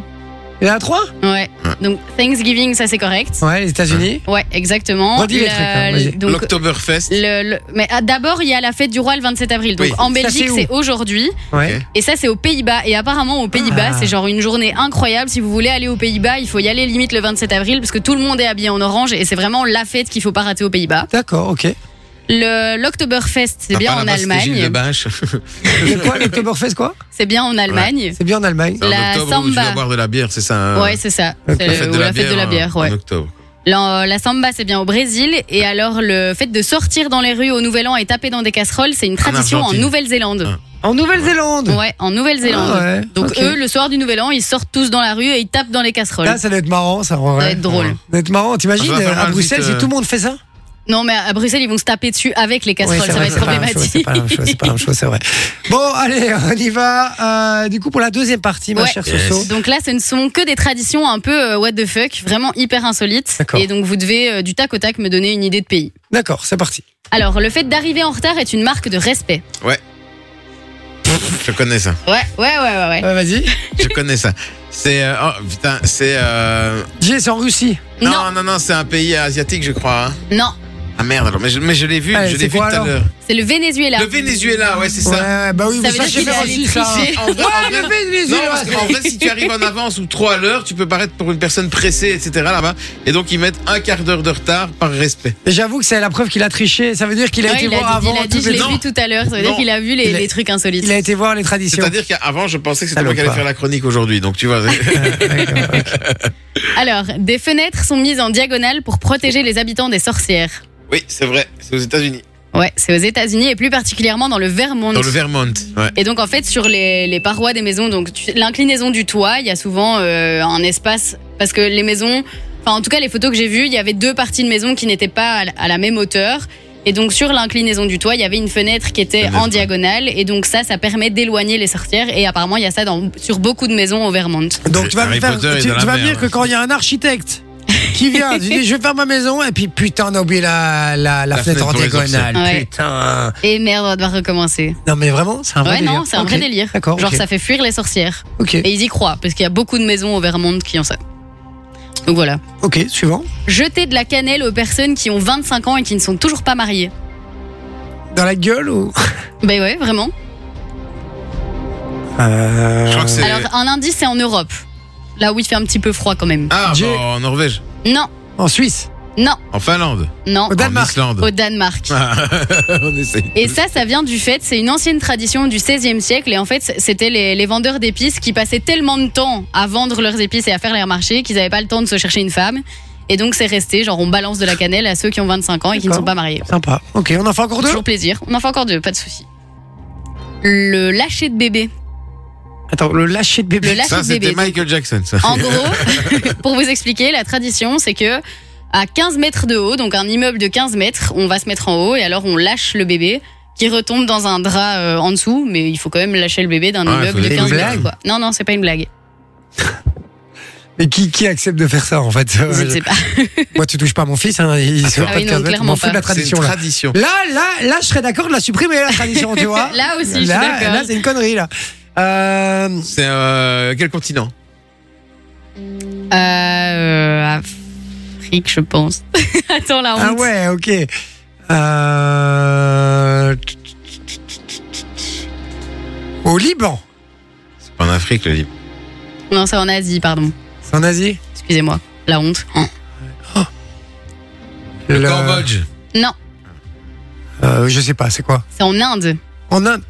[SPEAKER 3] Il y en a trois
[SPEAKER 4] Ouais. Donc Thanksgiving, ça c'est correct.
[SPEAKER 3] Ouais, les États-Unis.
[SPEAKER 4] Ouais, exactement.
[SPEAKER 3] Redis les
[SPEAKER 4] Le-
[SPEAKER 3] trucs, hein, vas-y.
[SPEAKER 4] donc,
[SPEAKER 5] L'Oktoberfest.
[SPEAKER 4] le- le- mais ah, d'abord, il y a la fête du roi le 27 avril. Donc
[SPEAKER 5] Oui.
[SPEAKER 4] en
[SPEAKER 3] Ça,
[SPEAKER 4] Belgique,
[SPEAKER 3] c'est où
[SPEAKER 4] c'est aujourd'hui.
[SPEAKER 3] Ouais.
[SPEAKER 5] Ah, Ok.
[SPEAKER 4] Et ça, c'est aux Pays-Bas. Et apparemment, aux Pays-Bas,
[SPEAKER 3] Ah.
[SPEAKER 4] c'est genre une journée incroyable. Si vous voulez aller aux Pays-Bas, il faut y aller limite le 27 avril parce que tout le monde est habillé en orange et c'est vraiment la fête qu'il faut pas rater aux Pays-Bas.
[SPEAKER 3] D'accord, ok.
[SPEAKER 4] Le l'Oktoberfest, c'est
[SPEAKER 5] Ah,
[SPEAKER 4] bien
[SPEAKER 5] pas
[SPEAKER 4] en
[SPEAKER 5] là-bas, c'était Gilles de
[SPEAKER 4] Allemagne.
[SPEAKER 5] Bache.
[SPEAKER 3] C'est quoi l'Oktoberfest, quoi
[SPEAKER 4] C'est bien en Allemagne.
[SPEAKER 3] C'est bien en Allemagne.
[SPEAKER 5] C'est en
[SPEAKER 4] La
[SPEAKER 5] octobre où tu
[SPEAKER 4] samba.
[SPEAKER 5] dois boire de la bière, c'est ça hein
[SPEAKER 4] Ouais, c'est ça. C'est
[SPEAKER 5] La
[SPEAKER 4] le-
[SPEAKER 5] fête
[SPEAKER 4] ou
[SPEAKER 5] de la
[SPEAKER 4] la fête de la bière,
[SPEAKER 5] bière hein. en-
[SPEAKER 4] ouais. euh,
[SPEAKER 5] en octobre.
[SPEAKER 4] La, la samba, c'est bien au Brésil. Et alors, le fait de sortir dans les rues au Nouvel An et taper dans des casseroles, c'est une tradition en,
[SPEAKER 5] Argentine. Ah.
[SPEAKER 4] Nouvelle-Zélande.
[SPEAKER 3] En Nouvelle-Zélande
[SPEAKER 4] Ouais, en Nouvelle-Zélande.
[SPEAKER 3] Ah ouais,
[SPEAKER 4] Donc
[SPEAKER 3] ok.
[SPEAKER 4] eux, le soir du Nouvel An, ils sortent tous dans la rue et ils tapent dans les casseroles.
[SPEAKER 5] Ah,
[SPEAKER 3] Là, ça doit être marrant, ça. en
[SPEAKER 4] ça va
[SPEAKER 3] vrai.
[SPEAKER 4] être drôle.
[SPEAKER 5] Ouais.
[SPEAKER 3] Ça doit être marrant. T'imagines,
[SPEAKER 5] Ça va faire
[SPEAKER 3] à
[SPEAKER 5] mal
[SPEAKER 3] Bruxelles,
[SPEAKER 5] vite,
[SPEAKER 3] si
[SPEAKER 5] euh.
[SPEAKER 3] tout le monde fait ça
[SPEAKER 4] Non, mais à Bruxelles, ils vont se taper dessus avec les casseroles.
[SPEAKER 3] Ouais, c'est
[SPEAKER 4] ça va
[SPEAKER 3] vrai,
[SPEAKER 4] être
[SPEAKER 3] c'est pas la même chose, C'est
[SPEAKER 4] problématique.
[SPEAKER 3] pas la même chose, c'est pas la même chose, c'est vrai. Bon, allez, on y va. Euh, du coup, pour la deuxième partie, ma
[SPEAKER 4] Ouais.
[SPEAKER 3] chère
[SPEAKER 5] Yes.
[SPEAKER 3] Soso.
[SPEAKER 4] Donc là, ce ne sont que des traditions un peu euh, what the fuck, vraiment hyper insolites.
[SPEAKER 3] D'accord.
[SPEAKER 4] Et donc vous devez euh, du tac au tac me donner une idée de pays.
[SPEAKER 3] D'accord, c'est parti.
[SPEAKER 4] Alors, le fait d'arriver en retard est une marque de respect.
[SPEAKER 5] Je connais ça.
[SPEAKER 4] Ouais, ouais, ouais, ouais. ouais.
[SPEAKER 3] Ouais, Euh, Vas-y.
[SPEAKER 5] Je connais ça. C'est. euh, oh putain, c'est. euh,
[SPEAKER 3] Jay, c'est en Russie.
[SPEAKER 4] Non.
[SPEAKER 5] Non, non, non, c'est un pays asiatique, je crois. hein.
[SPEAKER 4] Non,
[SPEAKER 5] Ah merde, alors, mais je, mais je l'ai vu,
[SPEAKER 3] Allez,
[SPEAKER 5] je
[SPEAKER 3] c'est
[SPEAKER 5] l'ai vu tout
[SPEAKER 3] quoi,
[SPEAKER 5] à
[SPEAKER 3] alors
[SPEAKER 5] l'heure.
[SPEAKER 4] c'est le Venezuela.
[SPEAKER 5] Le Venezuela, ouais, c'est
[SPEAKER 3] Ouais,
[SPEAKER 5] ça.
[SPEAKER 3] ouais, bah oui,
[SPEAKER 4] Ça
[SPEAKER 3] mais
[SPEAKER 4] veut
[SPEAKER 3] ça,
[SPEAKER 4] dire
[SPEAKER 3] je sais
[SPEAKER 4] qu'il est
[SPEAKER 3] pas
[SPEAKER 4] allé
[SPEAKER 3] aussi, ça.
[SPEAKER 4] tricher.
[SPEAKER 5] En hein. vrai, en
[SPEAKER 3] Ouais,
[SPEAKER 5] vrai-
[SPEAKER 3] le Venezuela.
[SPEAKER 5] Non, parce qu'en vrai, si tu arrives en avance ou trop à l'heure, tu peux paraître pour une personne pressée, etc. là-bas. Et donc, ils mettent un quart d'heure de retard par respect.
[SPEAKER 3] Et J'avoue que c'est la preuve qu'il a triché. Ça veut dire qu'il a
[SPEAKER 4] Ouais,
[SPEAKER 3] été
[SPEAKER 4] il a
[SPEAKER 3] voir
[SPEAKER 4] dit, il
[SPEAKER 3] avant
[SPEAKER 4] a dit,
[SPEAKER 3] toutes
[SPEAKER 4] je
[SPEAKER 3] les-
[SPEAKER 4] l'ai vu tout à l'heure. Ça veut dire
[SPEAKER 5] Non.
[SPEAKER 4] qu'il a vu les,
[SPEAKER 3] Il a-
[SPEAKER 4] les trucs insolites.
[SPEAKER 3] Il a été voir les traditions.
[SPEAKER 5] C'est-à-dire qu'avant, je pensais que c'était
[SPEAKER 3] Allô,
[SPEAKER 5] moi qui allais
[SPEAKER 3] quoi.
[SPEAKER 5] faire la chronique aujourd'hui. Donc, tu vois. c'est-
[SPEAKER 4] Alors, des fenêtres sont mises en diagonale pour protéger les habitants des sorcières.
[SPEAKER 5] Oui, c'est vrai. C'est aux États-Unis.
[SPEAKER 4] Ouais, c'est aux États-Unis et plus particulièrement dans le Vermont.
[SPEAKER 5] Dans le Vermont. Ouais.
[SPEAKER 4] Et donc en fait sur les, les parois des maisons, donc tu- l'inclinaison du toit, il y a souvent euh, un espace parce que les maisons, enfin en tout cas les photos que j'ai vues, il y avait deux parties de maison qui n'étaient pas à la, à la même hauteur. Et donc sur l'inclinaison du toit, il y avait une fenêtre qui était
[SPEAKER 5] Fenêtre,
[SPEAKER 4] en
[SPEAKER 5] ouais.
[SPEAKER 4] diagonale et donc ça, ça permet d'éloigner les sorcières. Et apparemment il y a ça dans, sur beaucoup de maisons au Vermont.
[SPEAKER 3] Donc tu vas me
[SPEAKER 5] Harry
[SPEAKER 3] faire-
[SPEAKER 5] Potter est
[SPEAKER 3] tu-
[SPEAKER 5] dans la
[SPEAKER 3] tu vas me
[SPEAKER 5] mer,
[SPEAKER 3] dire que
[SPEAKER 5] hein.
[SPEAKER 3] quand il y a un architecte qui vient, tu dis je vais faire ma maison et puis putain on a oublié la, la, la
[SPEAKER 5] La
[SPEAKER 3] fenêtre
[SPEAKER 5] fenêtre
[SPEAKER 3] en
[SPEAKER 5] pour les
[SPEAKER 3] diagonale.
[SPEAKER 4] sorciers. Ouais.
[SPEAKER 3] Putain.
[SPEAKER 4] Et merde, on va devoir recommencer.
[SPEAKER 3] Non mais vraiment c'est un vrai
[SPEAKER 4] Ouais
[SPEAKER 3] délire.
[SPEAKER 4] non, c'est un
[SPEAKER 3] Ok.
[SPEAKER 4] vrai délire.
[SPEAKER 3] D'accord.
[SPEAKER 4] Genre
[SPEAKER 3] ok.
[SPEAKER 4] ça fait fuir les sorcières.
[SPEAKER 3] Ok.
[SPEAKER 4] Et ils y croient parce qu'il y a beaucoup de maisons au Vermont qui ont ça. Donc voilà.
[SPEAKER 3] Ok suivant.
[SPEAKER 4] Jeter de la cannelle aux personnes qui ont 25 ans et qui ne sont toujours pas mariées.
[SPEAKER 3] Dans la gueule ou
[SPEAKER 4] Ben ouais, vraiment.
[SPEAKER 3] Euh,
[SPEAKER 5] Je crois que c'est.
[SPEAKER 4] Alors, un indice, c'est en Europe. Là où il fait un petit peu froid quand même.
[SPEAKER 5] Ah,
[SPEAKER 3] J'ai-
[SPEAKER 5] bon, en Norvège.
[SPEAKER 4] Non,
[SPEAKER 3] en Suisse.
[SPEAKER 4] non,
[SPEAKER 5] En Finlande.
[SPEAKER 4] non.
[SPEAKER 3] Au Danemark.
[SPEAKER 5] En Islande.
[SPEAKER 4] Au Danemark.
[SPEAKER 5] On essaye.
[SPEAKER 4] Et ça, ça vient du fait, c'est une ancienne tradition du 16e siècle. Et en fait, c'était les, les vendeurs d'épices qui passaient tellement de temps à vendre leurs épices et à faire les marchés qu'ils n'avaient pas le temps de se chercher une femme. Et donc, c'est resté, genre, on balance de la cannelle à ceux qui ont 25 ans et qui ne
[SPEAKER 3] D'accord.
[SPEAKER 4] sont pas mariés.
[SPEAKER 3] Sympa. Ok on en fait encore deux.
[SPEAKER 4] Toujours plaisir. On en fait encore deux, pas de souci. Le lâcher de bébé.
[SPEAKER 3] Attends le lâcher de
[SPEAKER 4] Le
[SPEAKER 3] bébé.
[SPEAKER 4] lâcher
[SPEAKER 5] Ça,
[SPEAKER 4] de bébé.
[SPEAKER 5] c'était Michael Jackson, ça.
[SPEAKER 4] En gros, pour vous expliquer, la tradition, c'est que à 15 mètres de haut, donc un immeuble de 15 mètres, on va se mettre en haut et alors on lâche le bébé qui retombe dans un drap euh, en dessous, mais il faut quand même lâcher le bébé d'un
[SPEAKER 3] Ah,
[SPEAKER 5] Ouais,
[SPEAKER 4] immeuble
[SPEAKER 5] faut-
[SPEAKER 4] de
[SPEAKER 5] c'est une
[SPEAKER 4] 15 mètres.
[SPEAKER 5] blague
[SPEAKER 4] quoi. Non, non, c'est pas une blague.
[SPEAKER 3] Mais qui qui accepte de faire ça en fait Euh,
[SPEAKER 4] Je ne sais pas.
[SPEAKER 3] Moi tu touches pas à mon fils hein, il se
[SPEAKER 5] Ah
[SPEAKER 3] pas de
[SPEAKER 4] oui, non,
[SPEAKER 3] casse-tête, on
[SPEAKER 4] clairement
[SPEAKER 3] m'en fout de la
[SPEAKER 4] pas.
[SPEAKER 5] C'est une
[SPEAKER 3] tradition là.
[SPEAKER 5] tradition.
[SPEAKER 3] Là là là je serais d'accord de la supprimer la tradition tu vois.
[SPEAKER 4] Là aussi, je suis
[SPEAKER 3] Là, là,
[SPEAKER 4] d'accord.
[SPEAKER 3] c'est une connerie là. Euh,
[SPEAKER 5] C'est euh, quel continent
[SPEAKER 4] Euh, Afrique, je pense. Attends, la honte.
[SPEAKER 3] Ah ouais, ok. Euh... Au Liban,
[SPEAKER 5] C'est pas en Afrique, le livre.
[SPEAKER 4] Non, c'est en Asie, pardon.
[SPEAKER 3] c'est en Asie
[SPEAKER 4] Excusez-moi. La honte. Hein.
[SPEAKER 5] Le, Cambodge.
[SPEAKER 4] Non,
[SPEAKER 3] euh, Je sais pas, c'est quoi
[SPEAKER 4] c'est en Inde.
[SPEAKER 3] En Inde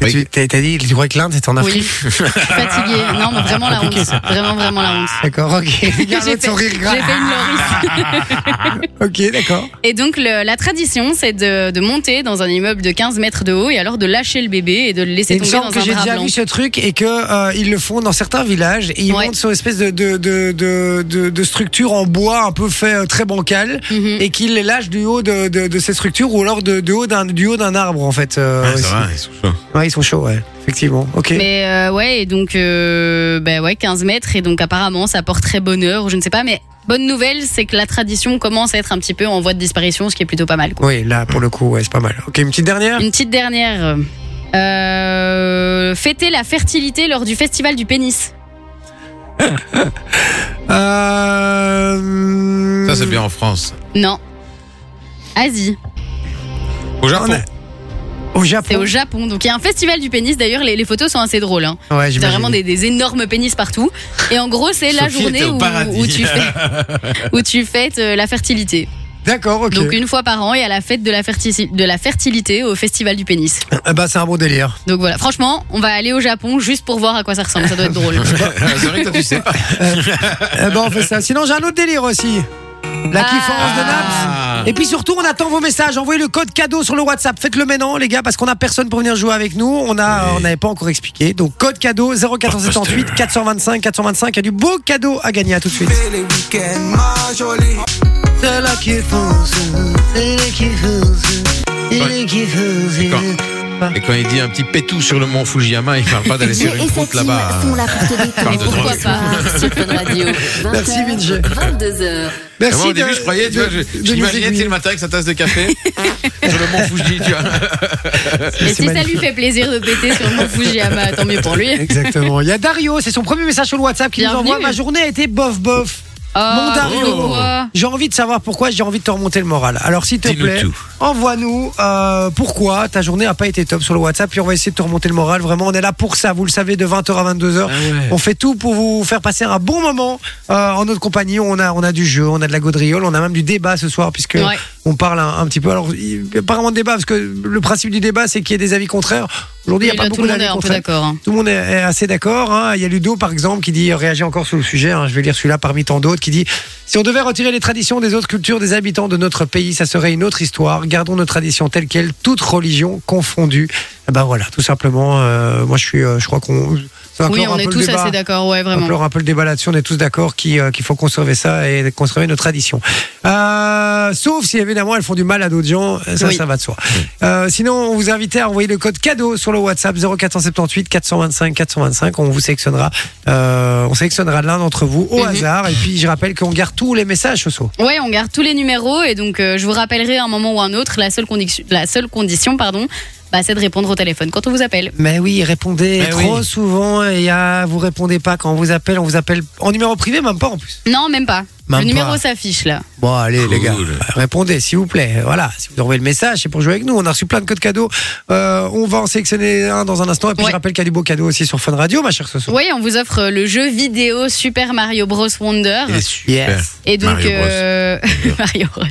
[SPEAKER 5] Oui.
[SPEAKER 3] Tu- T'as t'as dit, tu croyais que l'Inde c'était en Afrique
[SPEAKER 4] Oui. Je suis fatiguée. Non, mais vraiment la honte. Vraiment, vraiment la honte.
[SPEAKER 3] D'accord, ok.
[SPEAKER 4] J'ai
[SPEAKER 3] Regarde
[SPEAKER 4] fait,
[SPEAKER 3] l'autre sourire
[SPEAKER 4] j'ai
[SPEAKER 3] grave.
[SPEAKER 4] fait une Loris.
[SPEAKER 3] Ok, d'accord.
[SPEAKER 4] Et donc le- la tradition, c'est de, de monter dans un immeuble de 15 mètres de haut et alors de lâcher le bébé et de le laisser
[SPEAKER 3] Il me
[SPEAKER 4] tomber
[SPEAKER 3] semble
[SPEAKER 4] dans
[SPEAKER 3] que
[SPEAKER 4] un
[SPEAKER 3] j'ai
[SPEAKER 4] drap
[SPEAKER 3] déjà
[SPEAKER 4] blanc.
[SPEAKER 3] vu ce truc et que euh, ils le font dans certains villages et ils
[SPEAKER 4] Ouais.
[SPEAKER 3] montent sur une espèce de de, de, de, de de structure en bois un peu fait euh, très bancal
[SPEAKER 4] Mhm.
[SPEAKER 3] et qu'ils les lâchent du haut de, de, de ces structures ou alors de, de haut d'un du haut d'un arbre en fait. euh,
[SPEAKER 5] Ouais,
[SPEAKER 3] aussi.
[SPEAKER 5] Ah, ça va, ils sont chauds.
[SPEAKER 3] Ouais, ils sont chauds, ouais. Effectivement. Ok.
[SPEAKER 4] Mais euh, ouais, et donc euh, bah ouais, 15 mètres et donc apparemment ça porte très bonheur ou je ne sais pas, mais bonne nouvelle, c'est que la tradition commence à être un petit peu en voie de disparition, ce qui est plutôt pas mal. quoi.
[SPEAKER 3] Oui, là, pour le coup, ouais, c'est pas mal. Ok, une petite dernière.
[SPEAKER 4] Une petite dernière. Euh, fêter la fertilité lors du festival du pénis.
[SPEAKER 3] Euh,
[SPEAKER 5] Ça, c'est bien en France.
[SPEAKER 4] Non. Asie,
[SPEAKER 5] Au Japon.
[SPEAKER 3] On a- Au
[SPEAKER 4] c'est
[SPEAKER 3] Japon.
[SPEAKER 4] au Japon. Donc il y a un festival du pénis. D'ailleurs, les, les photos sont assez drôles. Hein.
[SPEAKER 3] Ouais,
[SPEAKER 4] T'as
[SPEAKER 3] j'imagine.
[SPEAKER 4] vraiment des, des énormes pénis partout. Et en gros, c'est la
[SPEAKER 5] Sophie
[SPEAKER 4] journée
[SPEAKER 5] était au
[SPEAKER 4] où,
[SPEAKER 5] paradis.
[SPEAKER 4] où tu fais- où tu fêtes euh, la fertilité.
[SPEAKER 3] D'accord, ok.
[SPEAKER 4] Donc une fois par an, il y a la fête de la, ferti- de la fertilité au festival du pénis.
[SPEAKER 3] Ah bah, c'est un bon délire.
[SPEAKER 4] Donc voilà, franchement, on va aller au Japon juste pour voir à quoi ça ressemble. Ça doit être drôle.
[SPEAKER 5] c'est vrai que toi, tu sais pas.
[SPEAKER 3] Eh ben, on fait ça. Sinon, j'ai un autre délire aussi. La
[SPEAKER 4] Ah.
[SPEAKER 3] kiffance de Naps.
[SPEAKER 5] Ah.
[SPEAKER 3] Et puis surtout, on attend vos messages. Envoyez le code cadeau sur le WhatsApp. Faites-le maintenant, les gars, parce qu'on a personne pour venir jouer avec nous. On a, on n'avait pas encore expliqué. Donc code cadeau
[SPEAKER 5] Ah,
[SPEAKER 3] 0478 425 425. Il y a du beau cadeau à gagner. À tout de suite.
[SPEAKER 7] les week-ends, ma jolie.
[SPEAKER 3] C'est la kiffance. C'est la kiffance. C'est la kiffance.
[SPEAKER 5] D'accord. Et quand il dit un petit pétou sur le mont Fujiyama, il parle pas d'aller sur
[SPEAKER 1] Dieu
[SPEAKER 5] une
[SPEAKER 1] et sa
[SPEAKER 5] route
[SPEAKER 1] team
[SPEAKER 5] là-bas.
[SPEAKER 1] sont là pour te
[SPEAKER 5] Parle de
[SPEAKER 1] détendre.
[SPEAKER 4] Pourquoi pas
[SPEAKER 1] Sur Fun Radio. 20
[SPEAKER 3] Merci,
[SPEAKER 1] heures,
[SPEAKER 3] Vinci.
[SPEAKER 1] 22h.
[SPEAKER 5] Moi,
[SPEAKER 3] Merci.
[SPEAKER 5] au début,
[SPEAKER 3] de-
[SPEAKER 5] je croyais, tu vois, je,
[SPEAKER 3] de- de
[SPEAKER 5] je
[SPEAKER 3] nous
[SPEAKER 5] m'imaginais, tu sais,
[SPEAKER 3] aiguiller.
[SPEAKER 5] le matin avec sa tasse de café sur le mont Fuji, tu vois.
[SPEAKER 4] Et si ça
[SPEAKER 3] magnifique.
[SPEAKER 4] lui fait plaisir de péter sur le mont Fujiyama, tant mieux pour lui.
[SPEAKER 3] Exactement. Il y a Dario, c'est son premier message sur le WhatsApp qui nous
[SPEAKER 4] Bienvenue.
[SPEAKER 3] envoie. Ma journée a été bof bof.
[SPEAKER 4] Oh,
[SPEAKER 3] Mon Dario.
[SPEAKER 4] pourquoi
[SPEAKER 3] J'ai envie de savoir pourquoi, j'ai envie de te remonter le moral. Alors s'il te
[SPEAKER 5] Dis-nous
[SPEAKER 3] plaît,
[SPEAKER 5] tout.
[SPEAKER 3] envoie-nous euh, pourquoi ta journée n'a pas été top sur le WhatsApp, puis on va essayer de te remonter le moral. Vraiment, on est là pour ça, vous le savez, de 20h à 22h. On fait tout pour vous faire passer un bon moment euh, en notre compagnie. On a, on a du jeu, on a de la gaudriole, on a même du débat ce soir, puisque
[SPEAKER 4] Ouais.
[SPEAKER 3] on parle un, un petit peu. Alors, il n'y a pas vraiment de débat, parce que le principe du débat, c'est qu'il y ait des avis contraires. Aujourd'hui, il
[SPEAKER 4] Oui,
[SPEAKER 3] n'y a
[SPEAKER 4] là,
[SPEAKER 3] pas
[SPEAKER 4] tout
[SPEAKER 3] beaucoup
[SPEAKER 4] le monde est
[SPEAKER 3] d'avis
[SPEAKER 4] un peu
[SPEAKER 3] contraires.
[SPEAKER 4] d'accord. hein.
[SPEAKER 3] Tout le monde est- est assez d'accord. hein. Il y a Ludo, par exemple, qui dit, réagit encore sur le sujet, hein. je vais lire celui-là parmi tant d'autres, qui dit, si on devait retirer les traditions des autres cultures des habitants de notre pays, ça serait une autre histoire. Gardons nos traditions telles quelles, toutes religions confondues. Eh Ben voilà, tout simplement, euh, moi je suis, euh, je crois qu'on... ça va
[SPEAKER 4] Oui,
[SPEAKER 3] clore un
[SPEAKER 4] on
[SPEAKER 3] peu
[SPEAKER 4] est
[SPEAKER 3] le
[SPEAKER 4] tous
[SPEAKER 3] débat.
[SPEAKER 4] assez d'accord, ouais,
[SPEAKER 3] On
[SPEAKER 4] vraiment.
[SPEAKER 3] clore un peu le débat là-dessus, on est tous d'accord qui, euh, qu'il faut conserver ça et conserver nos traditions. Euh, sauf si évidemment elles font du mal à d'autres gens, ça,
[SPEAKER 4] Oui.
[SPEAKER 3] ça va de soi. Euh, sinon, on vous invite à envoyer le code cadeau sur le WhatsApp 0478 425 425. On vous sélectionnera, euh, on sélectionnera l'un d'entre vous au
[SPEAKER 4] Mhm.
[SPEAKER 3] hasard. Et puis je rappelle qu'on garde tous les messages, Soso.
[SPEAKER 4] Ouais, on garde tous les numéros et donc euh, je vous rappellerai un moment ou un autre. La seule condition, la seule condition, pardon, bah, c'est de répondre au téléphone quand on vous appelle.
[SPEAKER 3] Mais oui, répondez
[SPEAKER 5] Mais
[SPEAKER 3] trop
[SPEAKER 5] oui.
[SPEAKER 3] souvent et ah, vous répondez pas quand on vous appelle. On vous appelle en numéro privé, même pas en plus.
[SPEAKER 4] Non, même pas.
[SPEAKER 3] Même
[SPEAKER 4] le numéro
[SPEAKER 3] pas.
[SPEAKER 4] s'affiche là.
[SPEAKER 3] Bon, allez, les gars,
[SPEAKER 5] Cool.
[SPEAKER 3] répondez, s'il vous plaît. Voilà, si vous envoyez le message, c'est pour jouer avec nous. On a reçu plein de codes cadeaux. Euh, on va en sélectionner un dans un instant. Et puis,
[SPEAKER 4] Ouais.
[SPEAKER 3] je rappelle qu'il y a du beau cadeau aussi sur Fun Radio, ma chère Soso.
[SPEAKER 4] Oui, on vous offre euh, le jeu vidéo Super Mario Bros Wonder.
[SPEAKER 5] Il est super.
[SPEAKER 3] Yes.
[SPEAKER 4] Et donc
[SPEAKER 5] Mario Bros.
[SPEAKER 4] euh, Mario Bros.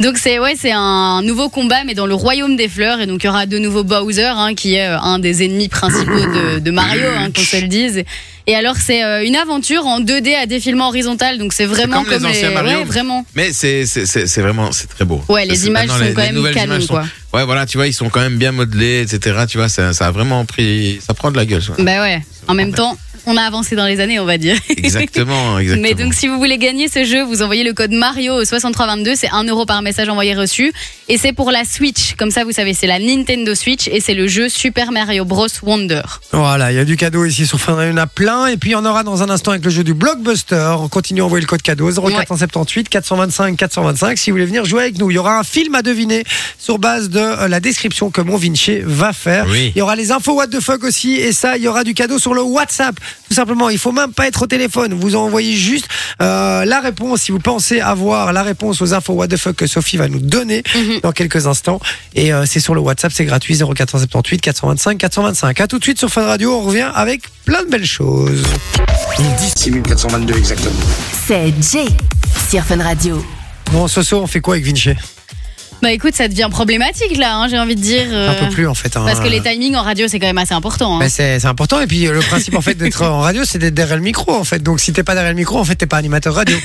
[SPEAKER 4] Donc c'est ouais, c'est un nouveau combat mais dans le royaume des fleurs et donc il y aura de nouveau Bowser hein, qui est euh, un des ennemis principaux de, de Mario hein, qu'on se le dise. Et alors c'est euh, une aventure en 2D à défilement horizontal donc c'est vraiment
[SPEAKER 5] comme les anciens Mario.
[SPEAKER 4] ouais, vraiment.
[SPEAKER 5] Mais c'est c'est- c'est- c'est vraiment, c'est très beau.
[SPEAKER 4] Ouais, les
[SPEAKER 5] C'est-
[SPEAKER 4] images
[SPEAKER 5] maintenant,
[SPEAKER 4] sont
[SPEAKER 5] les-
[SPEAKER 4] quand
[SPEAKER 5] les
[SPEAKER 4] même
[SPEAKER 5] nouvelles
[SPEAKER 4] canons
[SPEAKER 5] images sont-
[SPEAKER 4] quoi.
[SPEAKER 5] Ouais, voilà, tu vois, ils sont quand même bien modelés, etc. Tu vois, ça, ça a vraiment pris. Ça prend de la gueule, ça.
[SPEAKER 4] Bah ouais. En même temps, on a avancé dans les années, on va dire.
[SPEAKER 5] Exactement, exactement.
[SPEAKER 4] Mais donc, si vous voulez gagner ce jeu, vous envoyez le code Mario au 6322. C'est 1 euro par message envoyé reçu. Et c'est pour la Switch. Comme ça, vous savez, c'est la Nintendo Switch et c'est le jeu Super Mario Bros. Wonder.
[SPEAKER 3] Voilà, il y a du cadeau ici sur Fun Radio. Il y en a plein. Et puis, il y en aura dans un instant avec le jeu du Blockbuster. On continue à envoyer le code cadeau 0478 425 425. Si vous voulez venir jouer avec nous, il y aura un film à deviner sur base de euh, la description que mon Vinci va faire.
[SPEAKER 5] Oui.
[SPEAKER 3] Il y aura les infos What the fuck aussi. Et ça, il y aura du cadeau sur le WhatsApp. Tout simplement, il faut même pas être au téléphone. Vous envoyez juste euh, la réponse. Si vous pensez avoir la réponse aux infos What the fuck que Sophie va nous donner
[SPEAKER 4] Mhm.
[SPEAKER 3] dans quelques instants. Et euh, c'est sur le WhatsApp, c'est gratuit 0478 425 425. À tout de suite sur Fun Radio. On revient avec plein de belles choses.
[SPEAKER 2] On dit
[SPEAKER 7] 6422 exactement.
[SPEAKER 1] C'est Jay sur Fun Radio.
[SPEAKER 3] Bon, Soso, on fait quoi avec Vinci
[SPEAKER 4] Bah écoute, ça devient problématique là, hein, j'ai envie de dire. euh,
[SPEAKER 3] Un peu plus en fait. hein.
[SPEAKER 4] Parce que les timings en radio, c'est quand même assez important. hein.
[SPEAKER 5] Bah,
[SPEAKER 3] Mais Ben, c'est c'est important et puis euh, le principe en fait d'être en radio c'est d'être derrière le micro en fait donc si t'es pas derrière le micro en fait t'es pas animateur radio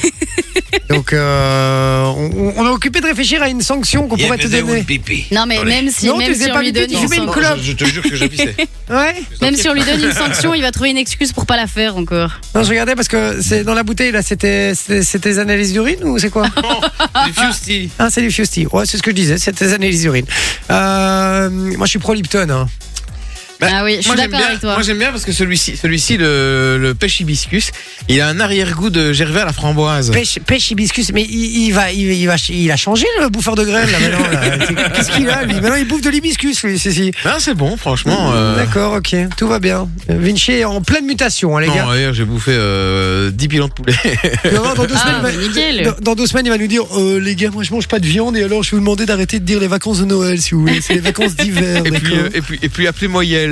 [SPEAKER 3] donc euh, on, on est occupé de réfléchir à une sanction qu'on pourrait te donner
[SPEAKER 4] Non, mais même si,
[SPEAKER 3] Non, tu
[SPEAKER 4] même
[SPEAKER 3] faisais
[SPEAKER 4] si on
[SPEAKER 3] pas
[SPEAKER 4] lui
[SPEAKER 3] pipi,
[SPEAKER 4] donne
[SPEAKER 3] tu
[SPEAKER 4] une
[SPEAKER 3] fumais une
[SPEAKER 4] sanction-
[SPEAKER 3] clope.
[SPEAKER 5] Je, je te jure que je pissais.
[SPEAKER 3] ouais
[SPEAKER 4] même si on lui donne une sanction, il va trouver une excuse pour pas la faire encore.
[SPEAKER 3] non je regardais parce que c'est dans la bouteille là c'était c'était c'est tes analyses d'urine ou c'est quoi
[SPEAKER 5] Les Fusty.
[SPEAKER 3] Ah, c'est du Fusti. Ouais, c'est ce que je disais, c'est tes analyses d'urine. Euh, moi, je suis pro Lipton. hein.
[SPEAKER 5] Bah,
[SPEAKER 4] Ah oui, je suis
[SPEAKER 5] moi, j'aime
[SPEAKER 4] d'accord
[SPEAKER 5] bien-
[SPEAKER 4] avec toi.
[SPEAKER 5] Moi j'aime bien parce que celui-ci, celui-ci le, le pêche hibiscus, il a un arrière-goût de gervais à la framboise.
[SPEAKER 3] Pêche, pêche hibiscus, mais il, il va, il, il va, il a changé le bouffeur de graines là maintenant. là. C'est- Qu'est-ce qu'il a lui Maintenant il bouffe de l'hibiscus lui, si si.
[SPEAKER 5] Ben, c'est bon,
[SPEAKER 4] Mm,
[SPEAKER 5] franchement. euh,
[SPEAKER 3] D'accord, ok, tout va bien. Vinci est en pleine mutation, hein, les gars.
[SPEAKER 5] non, hier j'ai bouffé euh, 10 pilons de poulet.
[SPEAKER 3] Tu vas voir, dans deux semaines,
[SPEAKER 4] Ah,
[SPEAKER 3] il va-
[SPEAKER 4] bah, nickel.
[SPEAKER 3] Dans, dans deux semaines, il va nous dire euh, les gars, moi je mange pas de viande et alors je vais vous demander d'arrêter de dire les vacances de Noël si vous voulez. C'est les vacances d'hiver.
[SPEAKER 5] et, puis,
[SPEAKER 3] d'accord
[SPEAKER 5] euh, et puis, et puis appelez-moi Yel.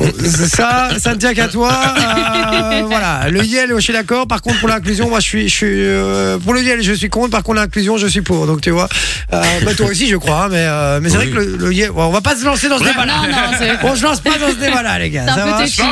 [SPEAKER 3] Euh, ça, ça ne tient qu'à toi. Euh, voilà, le yel, je suis d'accord. Par contre, pour l'inclusion, moi je suis, je suis euh, pour le yel, je suis contre. Par contre, l'inclusion, je suis pour. Donc tu vois, Euh, bah, toi aussi, je crois. hein, mais euh, mais c'est
[SPEAKER 5] Oui.
[SPEAKER 3] vrai que le, le yel, bon, on va pas se lancer dans ce débat là.
[SPEAKER 4] Ah, Non, non, c'est
[SPEAKER 3] On se lance pas dans ce débat là, les gars.
[SPEAKER 4] c'est
[SPEAKER 3] ça
[SPEAKER 4] un
[SPEAKER 3] va Euh,
[SPEAKER 4] peu touchy.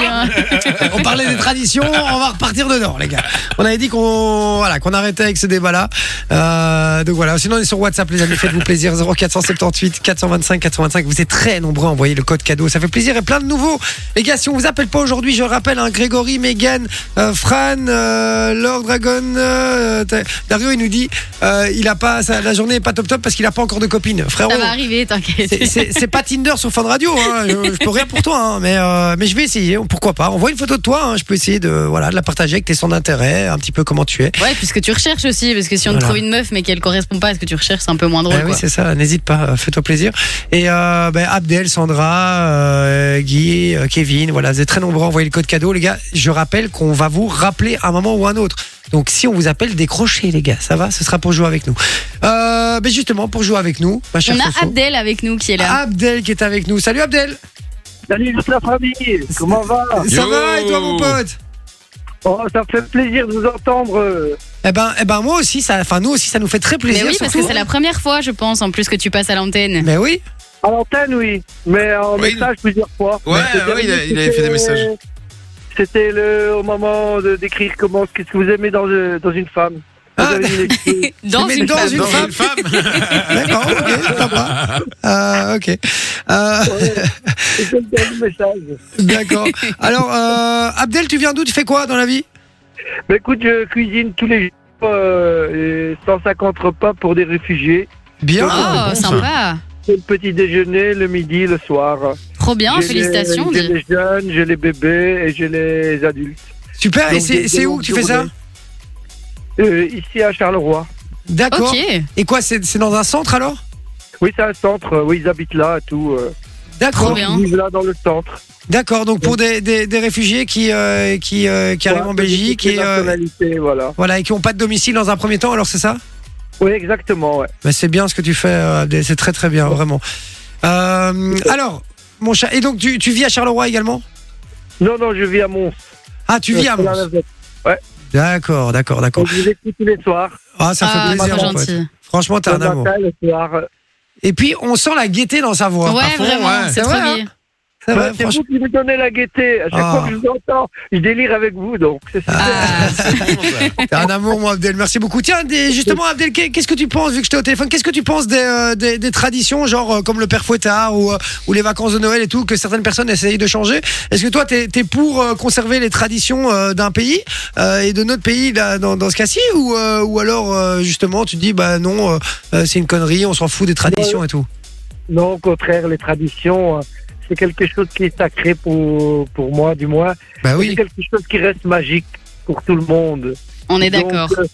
[SPEAKER 4] hein.
[SPEAKER 3] on parlait des traditions, on va repartir dedans, les gars. On avait dit qu'on voilà, qu'on arrêtait avec ce débat-là. Euh, donc voilà, sinon on est sur WhatsApp, les amis, faites-vous plaisir. 0478 425 425. Vous êtes très nombreux à envoyer le code cadeau, ça fait plaisir et plein de nouveaux. Les gars, si on vous appelle pas aujourd'hui, je rappelle hein, Grégory, Megan, euh, Fran, euh, Lord Dragon, euh, t'as- Dario, il nous dit euh, il a pas sa- la journée est pas top top parce qu'il a pas encore de copine, frérot.
[SPEAKER 4] Ça va arriver, t'inquiète.
[SPEAKER 3] oh. C'est- C'est c'est pas Tinder sur Fun Radio, hein. je, je peux rien pour toi, hein. mais, euh, mais je vais essayer, pourquoi pas. Envoie une photo de toi, hein. je peux essayer de, voilà, de la partager avec tes sons d'intérêt, un petit peu comment tu es.
[SPEAKER 4] Ouais, puisque tu recherches aussi, parce que si on te
[SPEAKER 3] Voilà.
[SPEAKER 4] trouve une meuf mais qu'elle correspond pas à ce que tu recherches, c'est un peu moins drôle.
[SPEAKER 3] Eh oui,
[SPEAKER 4] quoi.
[SPEAKER 3] c'est ça, n'hésite pas, euh, fais-toi plaisir. Et euh, ben, Abdel, Sandra, euh, Guy, euh, Kevin, voilà, vous êtes très nombreux à envoyer le code cadeau. Les gars, je rappelle qu'on va vous rappeler un moment ou un autre. Donc si on vous appelle, décrochez les gars, ça va Ce sera pour jouer avec nous. Euh, ben, justement, pour jouer avec nous, ma chère
[SPEAKER 4] on a
[SPEAKER 3] Soso.
[SPEAKER 4] Abdel hein. avec nous qui est là.
[SPEAKER 3] Abdel qui est avec nous. Salut Abdel
[SPEAKER 8] Salut toute la famille, comment va
[SPEAKER 3] Ça
[SPEAKER 5] Yo.
[SPEAKER 3] va et toi mon pote
[SPEAKER 8] Oh, ça me fait plaisir de vous entendre. euh,
[SPEAKER 3] Eh ben, eh ben moi aussi, ça, enfin nous aussi, ça nous fait très
[SPEAKER 4] mais
[SPEAKER 3] plaisir.
[SPEAKER 4] oui, parce que
[SPEAKER 3] surtout.
[SPEAKER 4] c'est la première fois, je pense, en plus que tu passes à l'antenne.
[SPEAKER 3] Mais oui,
[SPEAKER 8] À l'antenne, oui, mais en
[SPEAKER 5] Oui.
[SPEAKER 8] message plusieurs fois.
[SPEAKER 5] Ouais,
[SPEAKER 8] Le
[SPEAKER 5] ouais, il a-
[SPEAKER 8] dernier,
[SPEAKER 5] il avait fait des
[SPEAKER 8] c'était-
[SPEAKER 5] messages.
[SPEAKER 8] C'était le au moment de décrire comment qu'est-ce que vous aimez dans, euh, dans une femme. Vous
[SPEAKER 3] Ah.
[SPEAKER 8] avez une excuse.
[SPEAKER 4] Dans
[SPEAKER 3] Mais
[SPEAKER 4] une
[SPEAKER 3] dans
[SPEAKER 4] femme.
[SPEAKER 3] une-
[SPEAKER 5] Dans
[SPEAKER 3] femme.
[SPEAKER 5] une femme
[SPEAKER 3] d'accord, ok, sympa. Euh, ok, Euh,
[SPEAKER 8] Ouais, C'était le dernier message.
[SPEAKER 3] d'accord. Alors, euh, Abdel, tu viens d'où Tu fais quoi dans la vie
[SPEAKER 8] Mais écoute, je cuisine tous les jours euh, et 150 repas pour des réfugiés.
[SPEAKER 3] Bien.
[SPEAKER 4] Oh, sympa.
[SPEAKER 8] C'est le petit déjeuner, le midi, le soir.
[SPEAKER 4] Trop bien,
[SPEAKER 8] J'ai les-
[SPEAKER 4] félicitations.
[SPEAKER 8] J'ai
[SPEAKER 4] dis-
[SPEAKER 8] les jeunes, j'ai les bébés et j'ai les adultes.
[SPEAKER 3] Super. Et
[SPEAKER 8] Donc,
[SPEAKER 3] c'est
[SPEAKER 8] des-
[SPEAKER 3] c'est
[SPEAKER 8] des
[SPEAKER 3] où
[SPEAKER 8] longues
[SPEAKER 3] que tu fais ça
[SPEAKER 8] journées. Euh, Ici à Charleroi.
[SPEAKER 3] D'accord.
[SPEAKER 4] Ok.
[SPEAKER 3] Et quoi C'est c'est dans un centre alors
[SPEAKER 8] Oui, c'est un centre. euh, Oui, ils habitent là, et tout. euh.
[SPEAKER 4] Trop
[SPEAKER 3] D'accord.
[SPEAKER 4] bien.
[SPEAKER 8] Ils vivent là dans le centre.
[SPEAKER 3] D'accord. Donc pour des, des, des réfugiés qui euh, qui euh, qui arrivent en Belgique
[SPEAKER 8] et
[SPEAKER 3] et euh,
[SPEAKER 8] voilà.
[SPEAKER 3] voilà et qui ont pas de domicile dans un premier temps, alors c'est ça
[SPEAKER 8] Oui, exactement. Ouais.
[SPEAKER 3] Mais c'est bien ce que tu fais, euh, Abdel, c'est très très bien, vraiment. Euh, alors, mon chat, et donc tu, tu vis à Charleroi également
[SPEAKER 8] Non, non, je vis à Mons.
[SPEAKER 3] Ah, tu vis à
[SPEAKER 8] Je suis
[SPEAKER 3] Mons.
[SPEAKER 8] la navette.
[SPEAKER 3] D'accord, d'accord,
[SPEAKER 8] Donc,
[SPEAKER 3] d'accord.
[SPEAKER 8] Je vous écoute tous les soirs.
[SPEAKER 3] Ah, ça
[SPEAKER 4] Ah,
[SPEAKER 3] fait plaisir,
[SPEAKER 4] trop
[SPEAKER 3] mon pote.
[SPEAKER 4] gentil.
[SPEAKER 3] Franchement, t'es
[SPEAKER 8] Le
[SPEAKER 3] un amour.
[SPEAKER 8] matin, le soir.
[SPEAKER 3] Et puis, on sent la gaieté dans sa voix.
[SPEAKER 4] Ouais,
[SPEAKER 5] fond,
[SPEAKER 4] vraiment,
[SPEAKER 5] ouais.
[SPEAKER 4] c'est
[SPEAKER 3] C'est
[SPEAKER 4] trop
[SPEAKER 3] vrai, hein.
[SPEAKER 4] bien.
[SPEAKER 3] C'est
[SPEAKER 8] Ouais,
[SPEAKER 3] vrai,
[SPEAKER 8] Euh, c'est
[SPEAKER 3] franchement.
[SPEAKER 8] vous qui me donnez la gaieté. À chaque
[SPEAKER 3] Ah.
[SPEAKER 8] fois que je vous entends, je délire avec vous. Donc, c'est super.
[SPEAKER 4] Ah,
[SPEAKER 3] T'es Ah, un amour, mon Abdel. Merci beaucoup. Tiens, des- justement, Abdel, qu'est- qu'est-ce que tu penses, vu que j'étais au téléphone, qu'est-ce que tu penses des, euh, des, des traditions, genre euh, comme le père Fouettard ou, euh, ou les vacances de Noël et tout, que certaines personnes essayent de changer Est-ce que toi, t'es es pour euh, conserver les traditions euh, d'un pays euh, et de notre pays là, dans, dans ce cas-ci ou, euh, ou alors, euh, justement, tu te dis, bah non, euh, euh, c'est une connerie, on s'en fout des traditions et tout
[SPEAKER 8] Non, au contraire, les traditions, euh, c'est quelque chose qui est sacré pour, pour moi, du moins.
[SPEAKER 3] Bah
[SPEAKER 8] C'est
[SPEAKER 3] oui.
[SPEAKER 8] quelque chose qui reste magique pour tout le monde.
[SPEAKER 4] on est
[SPEAKER 8] Donc,
[SPEAKER 4] d'accord.
[SPEAKER 8] euh,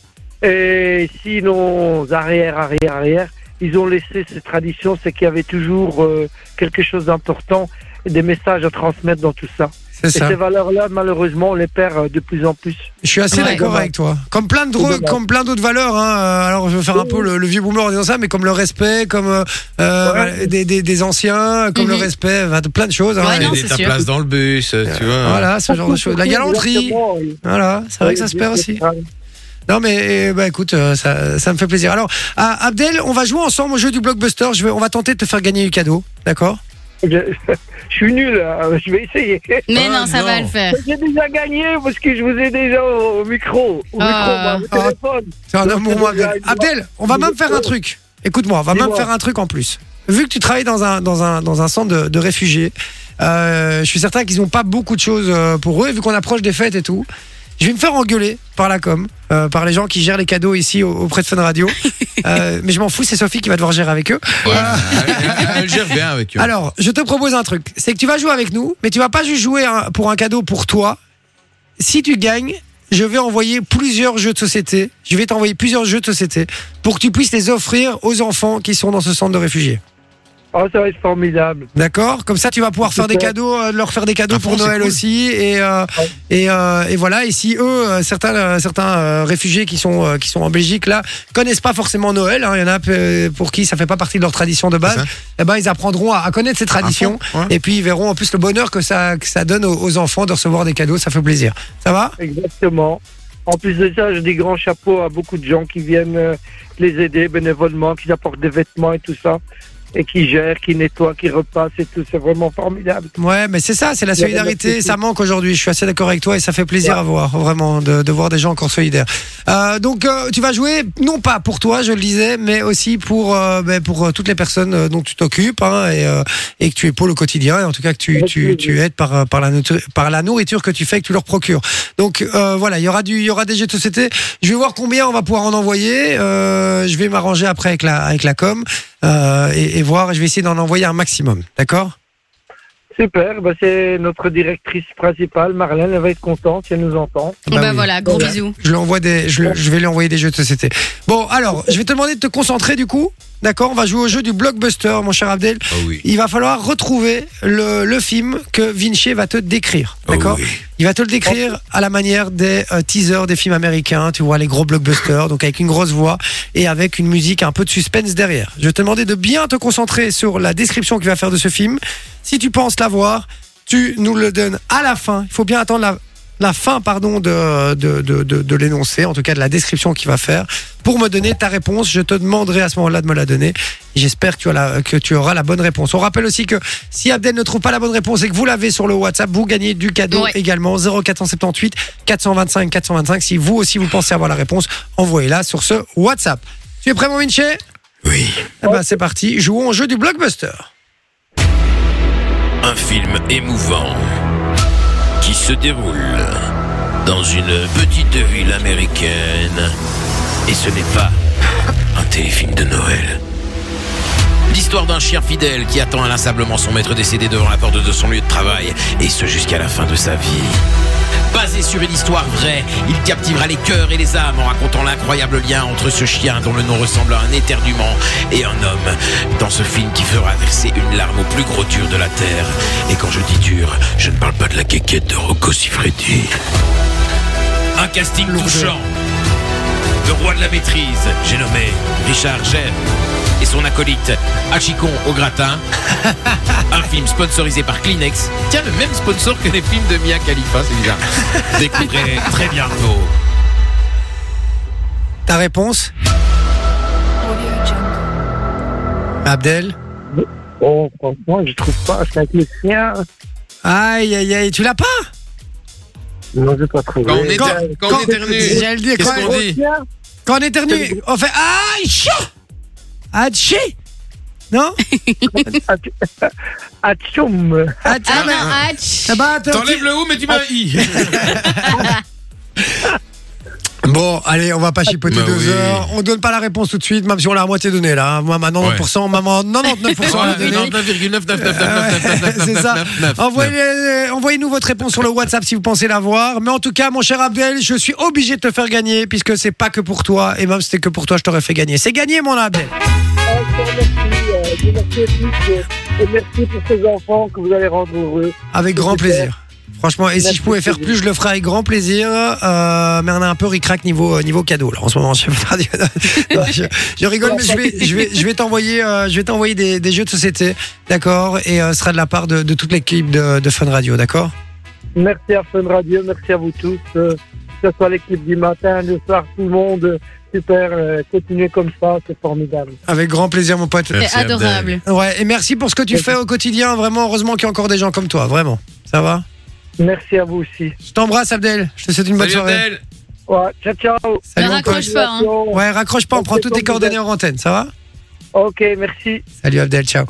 [SPEAKER 8] Et si nos arrière, arrière, arrière, ils ont laissé ces traditions, c'est qu'il y avait toujours euh, quelque chose d'important et des messages à transmettre dans tout ça.
[SPEAKER 3] C'est
[SPEAKER 8] Et
[SPEAKER 3] ça.
[SPEAKER 8] ces valeurs-là, malheureusement, on les perd euh, de plus en plus.
[SPEAKER 3] Je suis assez
[SPEAKER 4] Ouais.
[SPEAKER 3] d'accord avec toi. Comme plein de
[SPEAKER 8] C'est
[SPEAKER 3] drogues,
[SPEAKER 8] dommage.
[SPEAKER 3] comme plein d'autres valeurs. Hein. euh, Alors je veux faire un peu le, le vieux boomer en disant ça, mais comme le respect, comme euh, euh, des, des, des anciens, comme le
[SPEAKER 4] Mhm.
[SPEAKER 3] respect, enfin, de plein de choses. hein.
[SPEAKER 4] Ouais, non,
[SPEAKER 5] Aider
[SPEAKER 4] c'est
[SPEAKER 5] ta
[SPEAKER 4] sûr.
[SPEAKER 5] place dans le bus, tu vois.
[SPEAKER 3] Voilà, ce genre de choses. La galanterie.
[SPEAKER 8] Exactement, oui. Ah,
[SPEAKER 3] Voilà, c'est vrai que ça se perd aussi. Non mais eh, bah écoute, euh, ça, ça me fait plaisir. Alors à- Abdel, on va jouer ensemble au jeu du blockbuster. Je vais, on va tenter de te faire gagner du cadeau, d'accord
[SPEAKER 8] Je, je suis nul, hein, je vais essayer.
[SPEAKER 4] Mais
[SPEAKER 5] Ah,
[SPEAKER 4] non, ça va
[SPEAKER 5] non.
[SPEAKER 4] le faire.
[SPEAKER 8] J'ai déjà gagné parce que je vous ai déjà au, au micro. Au
[SPEAKER 4] Ah.
[SPEAKER 8] micro, moi, au téléphone.
[SPEAKER 3] C'est un
[SPEAKER 8] Donc,
[SPEAKER 3] amour,
[SPEAKER 8] c'est
[SPEAKER 3] moi,
[SPEAKER 8] le
[SPEAKER 3] Abdel.
[SPEAKER 8] gars, il
[SPEAKER 3] Abdel, on va
[SPEAKER 8] il
[SPEAKER 3] même
[SPEAKER 8] est
[SPEAKER 3] faire un
[SPEAKER 8] heureux.
[SPEAKER 3] truc. Écoute-moi, on va même
[SPEAKER 8] Dis-moi.
[SPEAKER 3] faire un truc en plus. Vu que tu travailles dans un, dans un, dans un centre de, de réfugiés, euh, je suis certain qu'ils n'ont pas beaucoup de choses euh, pour eux, vu qu'on approche des fêtes et tout. Je vais me faire engueuler par la com, euh, par les gens qui gèrent les cadeaux ici au- auprès de Fun Radio. Euh, mais je m'en fous, c'est Sophie qui va devoir gérer avec eux.
[SPEAKER 5] Elle, elle gère bien avec eux.
[SPEAKER 3] Alors, je te propose un truc. C'est que tu vas jouer avec nous, mais tu vas pas juste jouer un- pour un cadeau pour toi. Si tu gagnes, je vais envoyer plusieurs jeux de société. Je vais t'envoyer plusieurs jeux de société pour que tu puisses les offrir aux enfants qui sont dans ce centre de réfugiés.
[SPEAKER 8] Oh, ça va être formidable.
[SPEAKER 3] D'accord Comme ça, tu vas pouvoir faire des
[SPEAKER 8] Super.
[SPEAKER 3] cadeaux, euh, leur faire des cadeaux
[SPEAKER 5] Ah,
[SPEAKER 3] pour
[SPEAKER 5] bon, c'est
[SPEAKER 3] Noël
[SPEAKER 5] cool.
[SPEAKER 3] aussi. Et, euh,
[SPEAKER 8] Ouais.
[SPEAKER 3] et, euh, et voilà. Et si eux, euh, certains, euh, certains euh, réfugiés qui sont, euh, qui sont en Belgique, là, connaissent pas forcément Noël, hein, il y en a euh, pour qui ça fait pas partie de leur tradition de
[SPEAKER 5] C'est
[SPEAKER 3] base,
[SPEAKER 5] ça.
[SPEAKER 3] eh ben, ils apprendront à, à connaître ces traditions.
[SPEAKER 5] À fond, ouais.
[SPEAKER 3] Et puis, ils verront en plus le bonheur que ça, que ça donne aux, aux enfants de recevoir des cadeaux. Ça fait plaisir. Ça va
[SPEAKER 8] Exactement. En plus de ça, je dis grand chapeau à beaucoup de gens qui viennent euh, les aider bénévolement, qui apportent des vêtements et tout ça, et qui gèrent, qui nettoient, qui repassent et tout. C'est vraiment formidable.
[SPEAKER 3] Ouais, mais c'est ça, c'est la
[SPEAKER 8] Il y a
[SPEAKER 3] solidarité.
[SPEAKER 8] rien de
[SPEAKER 3] Ça manque aujourd'hui. Je suis assez d'accord avec toi et ça fait plaisir
[SPEAKER 8] Ouais.
[SPEAKER 3] à voir, vraiment, de, de voir des gens encore solidaires. Euh, donc, euh, tu vas jouer, non pas pour toi, je le disais, mais aussi pour, euh, ben, pour euh, toutes les personnes euh, dont tu t'occupes hein, et, euh, et que tu épaules au quotidien. Et en tout cas, que tu,
[SPEAKER 8] Avec
[SPEAKER 3] tu,
[SPEAKER 8] plaisir.
[SPEAKER 3] tu aides par, euh, par, la nourriture, par la nourriture que tu fais, que tu leur procures. Donc, euh, voilà, il y aura du, il y aura des jeux de société. Je vais voir combien on va pouvoir en envoyer. Euh, je vais m'arranger après avec la, avec la com euh, et, et voir. Je vais essayer d'en envoyer un maximum. D'accord
[SPEAKER 8] Super. Bah, c'est notre directrice principale, Marlène. Elle va être contente si elle nous entend.
[SPEAKER 4] Bon,
[SPEAKER 3] Bah
[SPEAKER 4] bah
[SPEAKER 3] oui.
[SPEAKER 4] voilà, gros
[SPEAKER 8] Ouais.
[SPEAKER 4] bisous.
[SPEAKER 3] Je, lui envoie des, je, je vais lui envoyer des jeux de société. Bon, alors, je vais te demander de te concentrer du coup. D'accord On va jouer au jeu du blockbuster, mon cher Abdel.
[SPEAKER 5] Ah oui.
[SPEAKER 3] Il va falloir retrouver le, le film que Vinci va te décrire. D'accord
[SPEAKER 5] Ah oui.
[SPEAKER 3] Il va te le décrire à la manière des euh, teasers des films américains, tu vois, les gros blockbusters, donc avec une grosse voix et avec une musique un peu de suspense derrière. Je vais te demander de bien te concentrer sur la description qu'il va faire de ce film. Si tu penses l'avoir, tu nous le donnes à la fin. Il faut bien attendre la, la fin pardon, de, de, de, de, de l'énoncé, en tout cas de la description qu'il va faire. Pour me donner ta réponse, je te demanderai à ce moment-là de me la donner. J'espère que, tu as la- que tu auras la bonne réponse. On rappelle aussi que si Abdel ne trouve pas la bonne réponse et que vous l'avez sur le WhatsApp, vous gagnez du cadeau
[SPEAKER 4] Ouais.
[SPEAKER 3] également. 0478 425 425. Si vous aussi vous pensez avoir la réponse, envoyez-la sur ce WhatsApp. Tu es prêt, mon Vinci
[SPEAKER 5] Oui.
[SPEAKER 3] Eh ben, c'est parti. Jouons au jeu du blockbuster.
[SPEAKER 2] Un film émouvant qui se déroule dans une petite ville américaine. Et ce n'est pas un téléfilm de Noël.
[SPEAKER 5] L'histoire d'un chien fidèle qui attend inlassablement son maître décédé devant la porte de son lieu de travail, et ce jusqu'à la fin de sa vie. Basé sur une histoire vraie, il captivera les cœurs et les âmes en racontant l'incroyable lien entre ce chien dont le nom ressemble à un éternuement et un homme, dans ce film qui fera verser une larme au plus gros dur de la Terre. Et quand je dis dur, je ne parle pas de la quéquette de Rocco Siffredi. Un casting touchant le roi de la maîtrise, j'ai nommé Richard Gère, et son acolyte Hachicon au gratin. Un film sponsorisé par Kleenex. Tiens, le même sponsor que les films de Mia Khalifa, c'est bizarre. Découvrez très bientôt.
[SPEAKER 3] Ta réponse Abdel
[SPEAKER 8] Oh, franchement, je trouve pas. C'est avec les chiens.
[SPEAKER 3] Aïe, aïe, aïe. Tu l'as pas
[SPEAKER 8] Non, je pas trouvé.
[SPEAKER 5] Quand on est- Éter- quand on éternue.
[SPEAKER 3] J'allais le dire,
[SPEAKER 5] Qu'est-ce
[SPEAKER 3] quand-
[SPEAKER 5] qu'on dit
[SPEAKER 8] Tiens,
[SPEAKER 3] Quand on éternue, on fait aïe chia Aïe Non
[SPEAKER 8] Atchoum.
[SPEAKER 3] Aïe
[SPEAKER 4] Ah
[SPEAKER 3] mais-
[SPEAKER 4] non, Hatch.
[SPEAKER 3] Ah bah, attends,
[SPEAKER 5] T'enlèves le haut, mais tu m'as i.
[SPEAKER 3] tu- Bon, allez, on va pas chipoter
[SPEAKER 5] Bah
[SPEAKER 3] deux
[SPEAKER 5] oui.
[SPEAKER 3] heures. On donne pas la réponse tout de suite, même si on l'a à moitié donnée là. hein. Moi, maintenant, 99%, maman, 99% on l'a donnée.
[SPEAKER 5] Euh, 99,999999999.
[SPEAKER 3] C'est ça. Envoyez- euh, Envoyez-nous votre réponse sur le WhatsApp si vous pensez l'avoir. Mais en tout cas, mon cher Abdel, je suis obligé de te faire gagner puisque c'est pas que pour toi. Et même si c'était que pour toi, je t'aurais fait gagner. C'est gagné, mon Abdel.
[SPEAKER 8] Encore merci. euh, je vous remercie à tous, euh, Et merci pour ces enfants que vous allez rendre heureux.
[SPEAKER 3] Avec grand
[SPEAKER 8] Super.
[SPEAKER 3] plaisir. Franchement, et si
[SPEAKER 8] Merci,
[SPEAKER 3] je pouvais faire
[SPEAKER 8] Thierry.
[SPEAKER 3] plus, je le ferais avec grand plaisir. Euh, mais on a un peu ricrac niveau euh, niveau cadeau là en ce moment. Je, je, je rigole, mais je vais je vais je vais t'envoyer euh, je vais t'envoyer des, des jeux de société, d'accord, et euh, ce sera de la part de, de toute l'équipe de, de Fun Radio, d'accord.
[SPEAKER 8] Merci à Fun Radio, merci à vous tous. euh, que ce soit l'équipe du matin, le soir, tout le monde. Super, euh, continuez comme ça, c'est formidable.
[SPEAKER 3] Avec grand plaisir, mon pote.
[SPEAKER 4] C'est adorable.
[SPEAKER 3] Ouais, et merci pour ce que tu fais au quotidien. Vraiment, heureusement qu'il y a encore des gens comme toi. Vraiment, ça va.
[SPEAKER 8] Merci à vous aussi.
[SPEAKER 3] Je t'embrasse, Abdel. Je te souhaite une bonne soirée.
[SPEAKER 8] Ouais, ciao, ciao.
[SPEAKER 4] Ne
[SPEAKER 3] mon
[SPEAKER 4] raccroche
[SPEAKER 3] pote.
[SPEAKER 4] pas. hein.
[SPEAKER 3] Ouais, raccroche pas. On prend toutes tes coordonnées en antenne. Ça va.
[SPEAKER 8] Ok, merci.
[SPEAKER 3] Salut Abdel, ciao.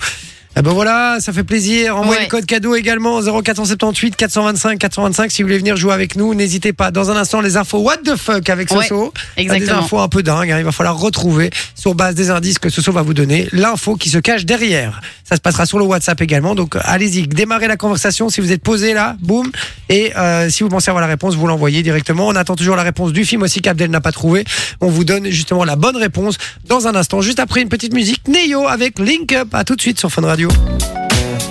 [SPEAKER 3] Eh ben voilà, ça fait plaisir. Envoyez
[SPEAKER 4] Ouais.
[SPEAKER 3] le code cadeau également 0478 425 425 si vous voulez venir jouer avec nous, n'hésitez pas. Dans un instant, les infos What the fuck avec
[SPEAKER 4] Ouais,
[SPEAKER 3] Soso. Ah, Des
[SPEAKER 4] Exactement.
[SPEAKER 3] infos un peu dingues, hein. il va falloir retrouver sur base des indices que Soso va vous donner l'info qui se cache derrière. Ça se passera sur le WhatsApp également, donc euh, allez-y, démarrez la conversation si vous êtes posé là, boum. Et euh, si vous pensez avoir la réponse, vous l'envoyez directement. On attend toujours la réponse du film aussi qu'Abdel n'a pas trouvé. On vous donne justement la bonne réponse dans un instant, juste après une petite musique. Neo avec Link Up, à tout de suite sur Fun Radio.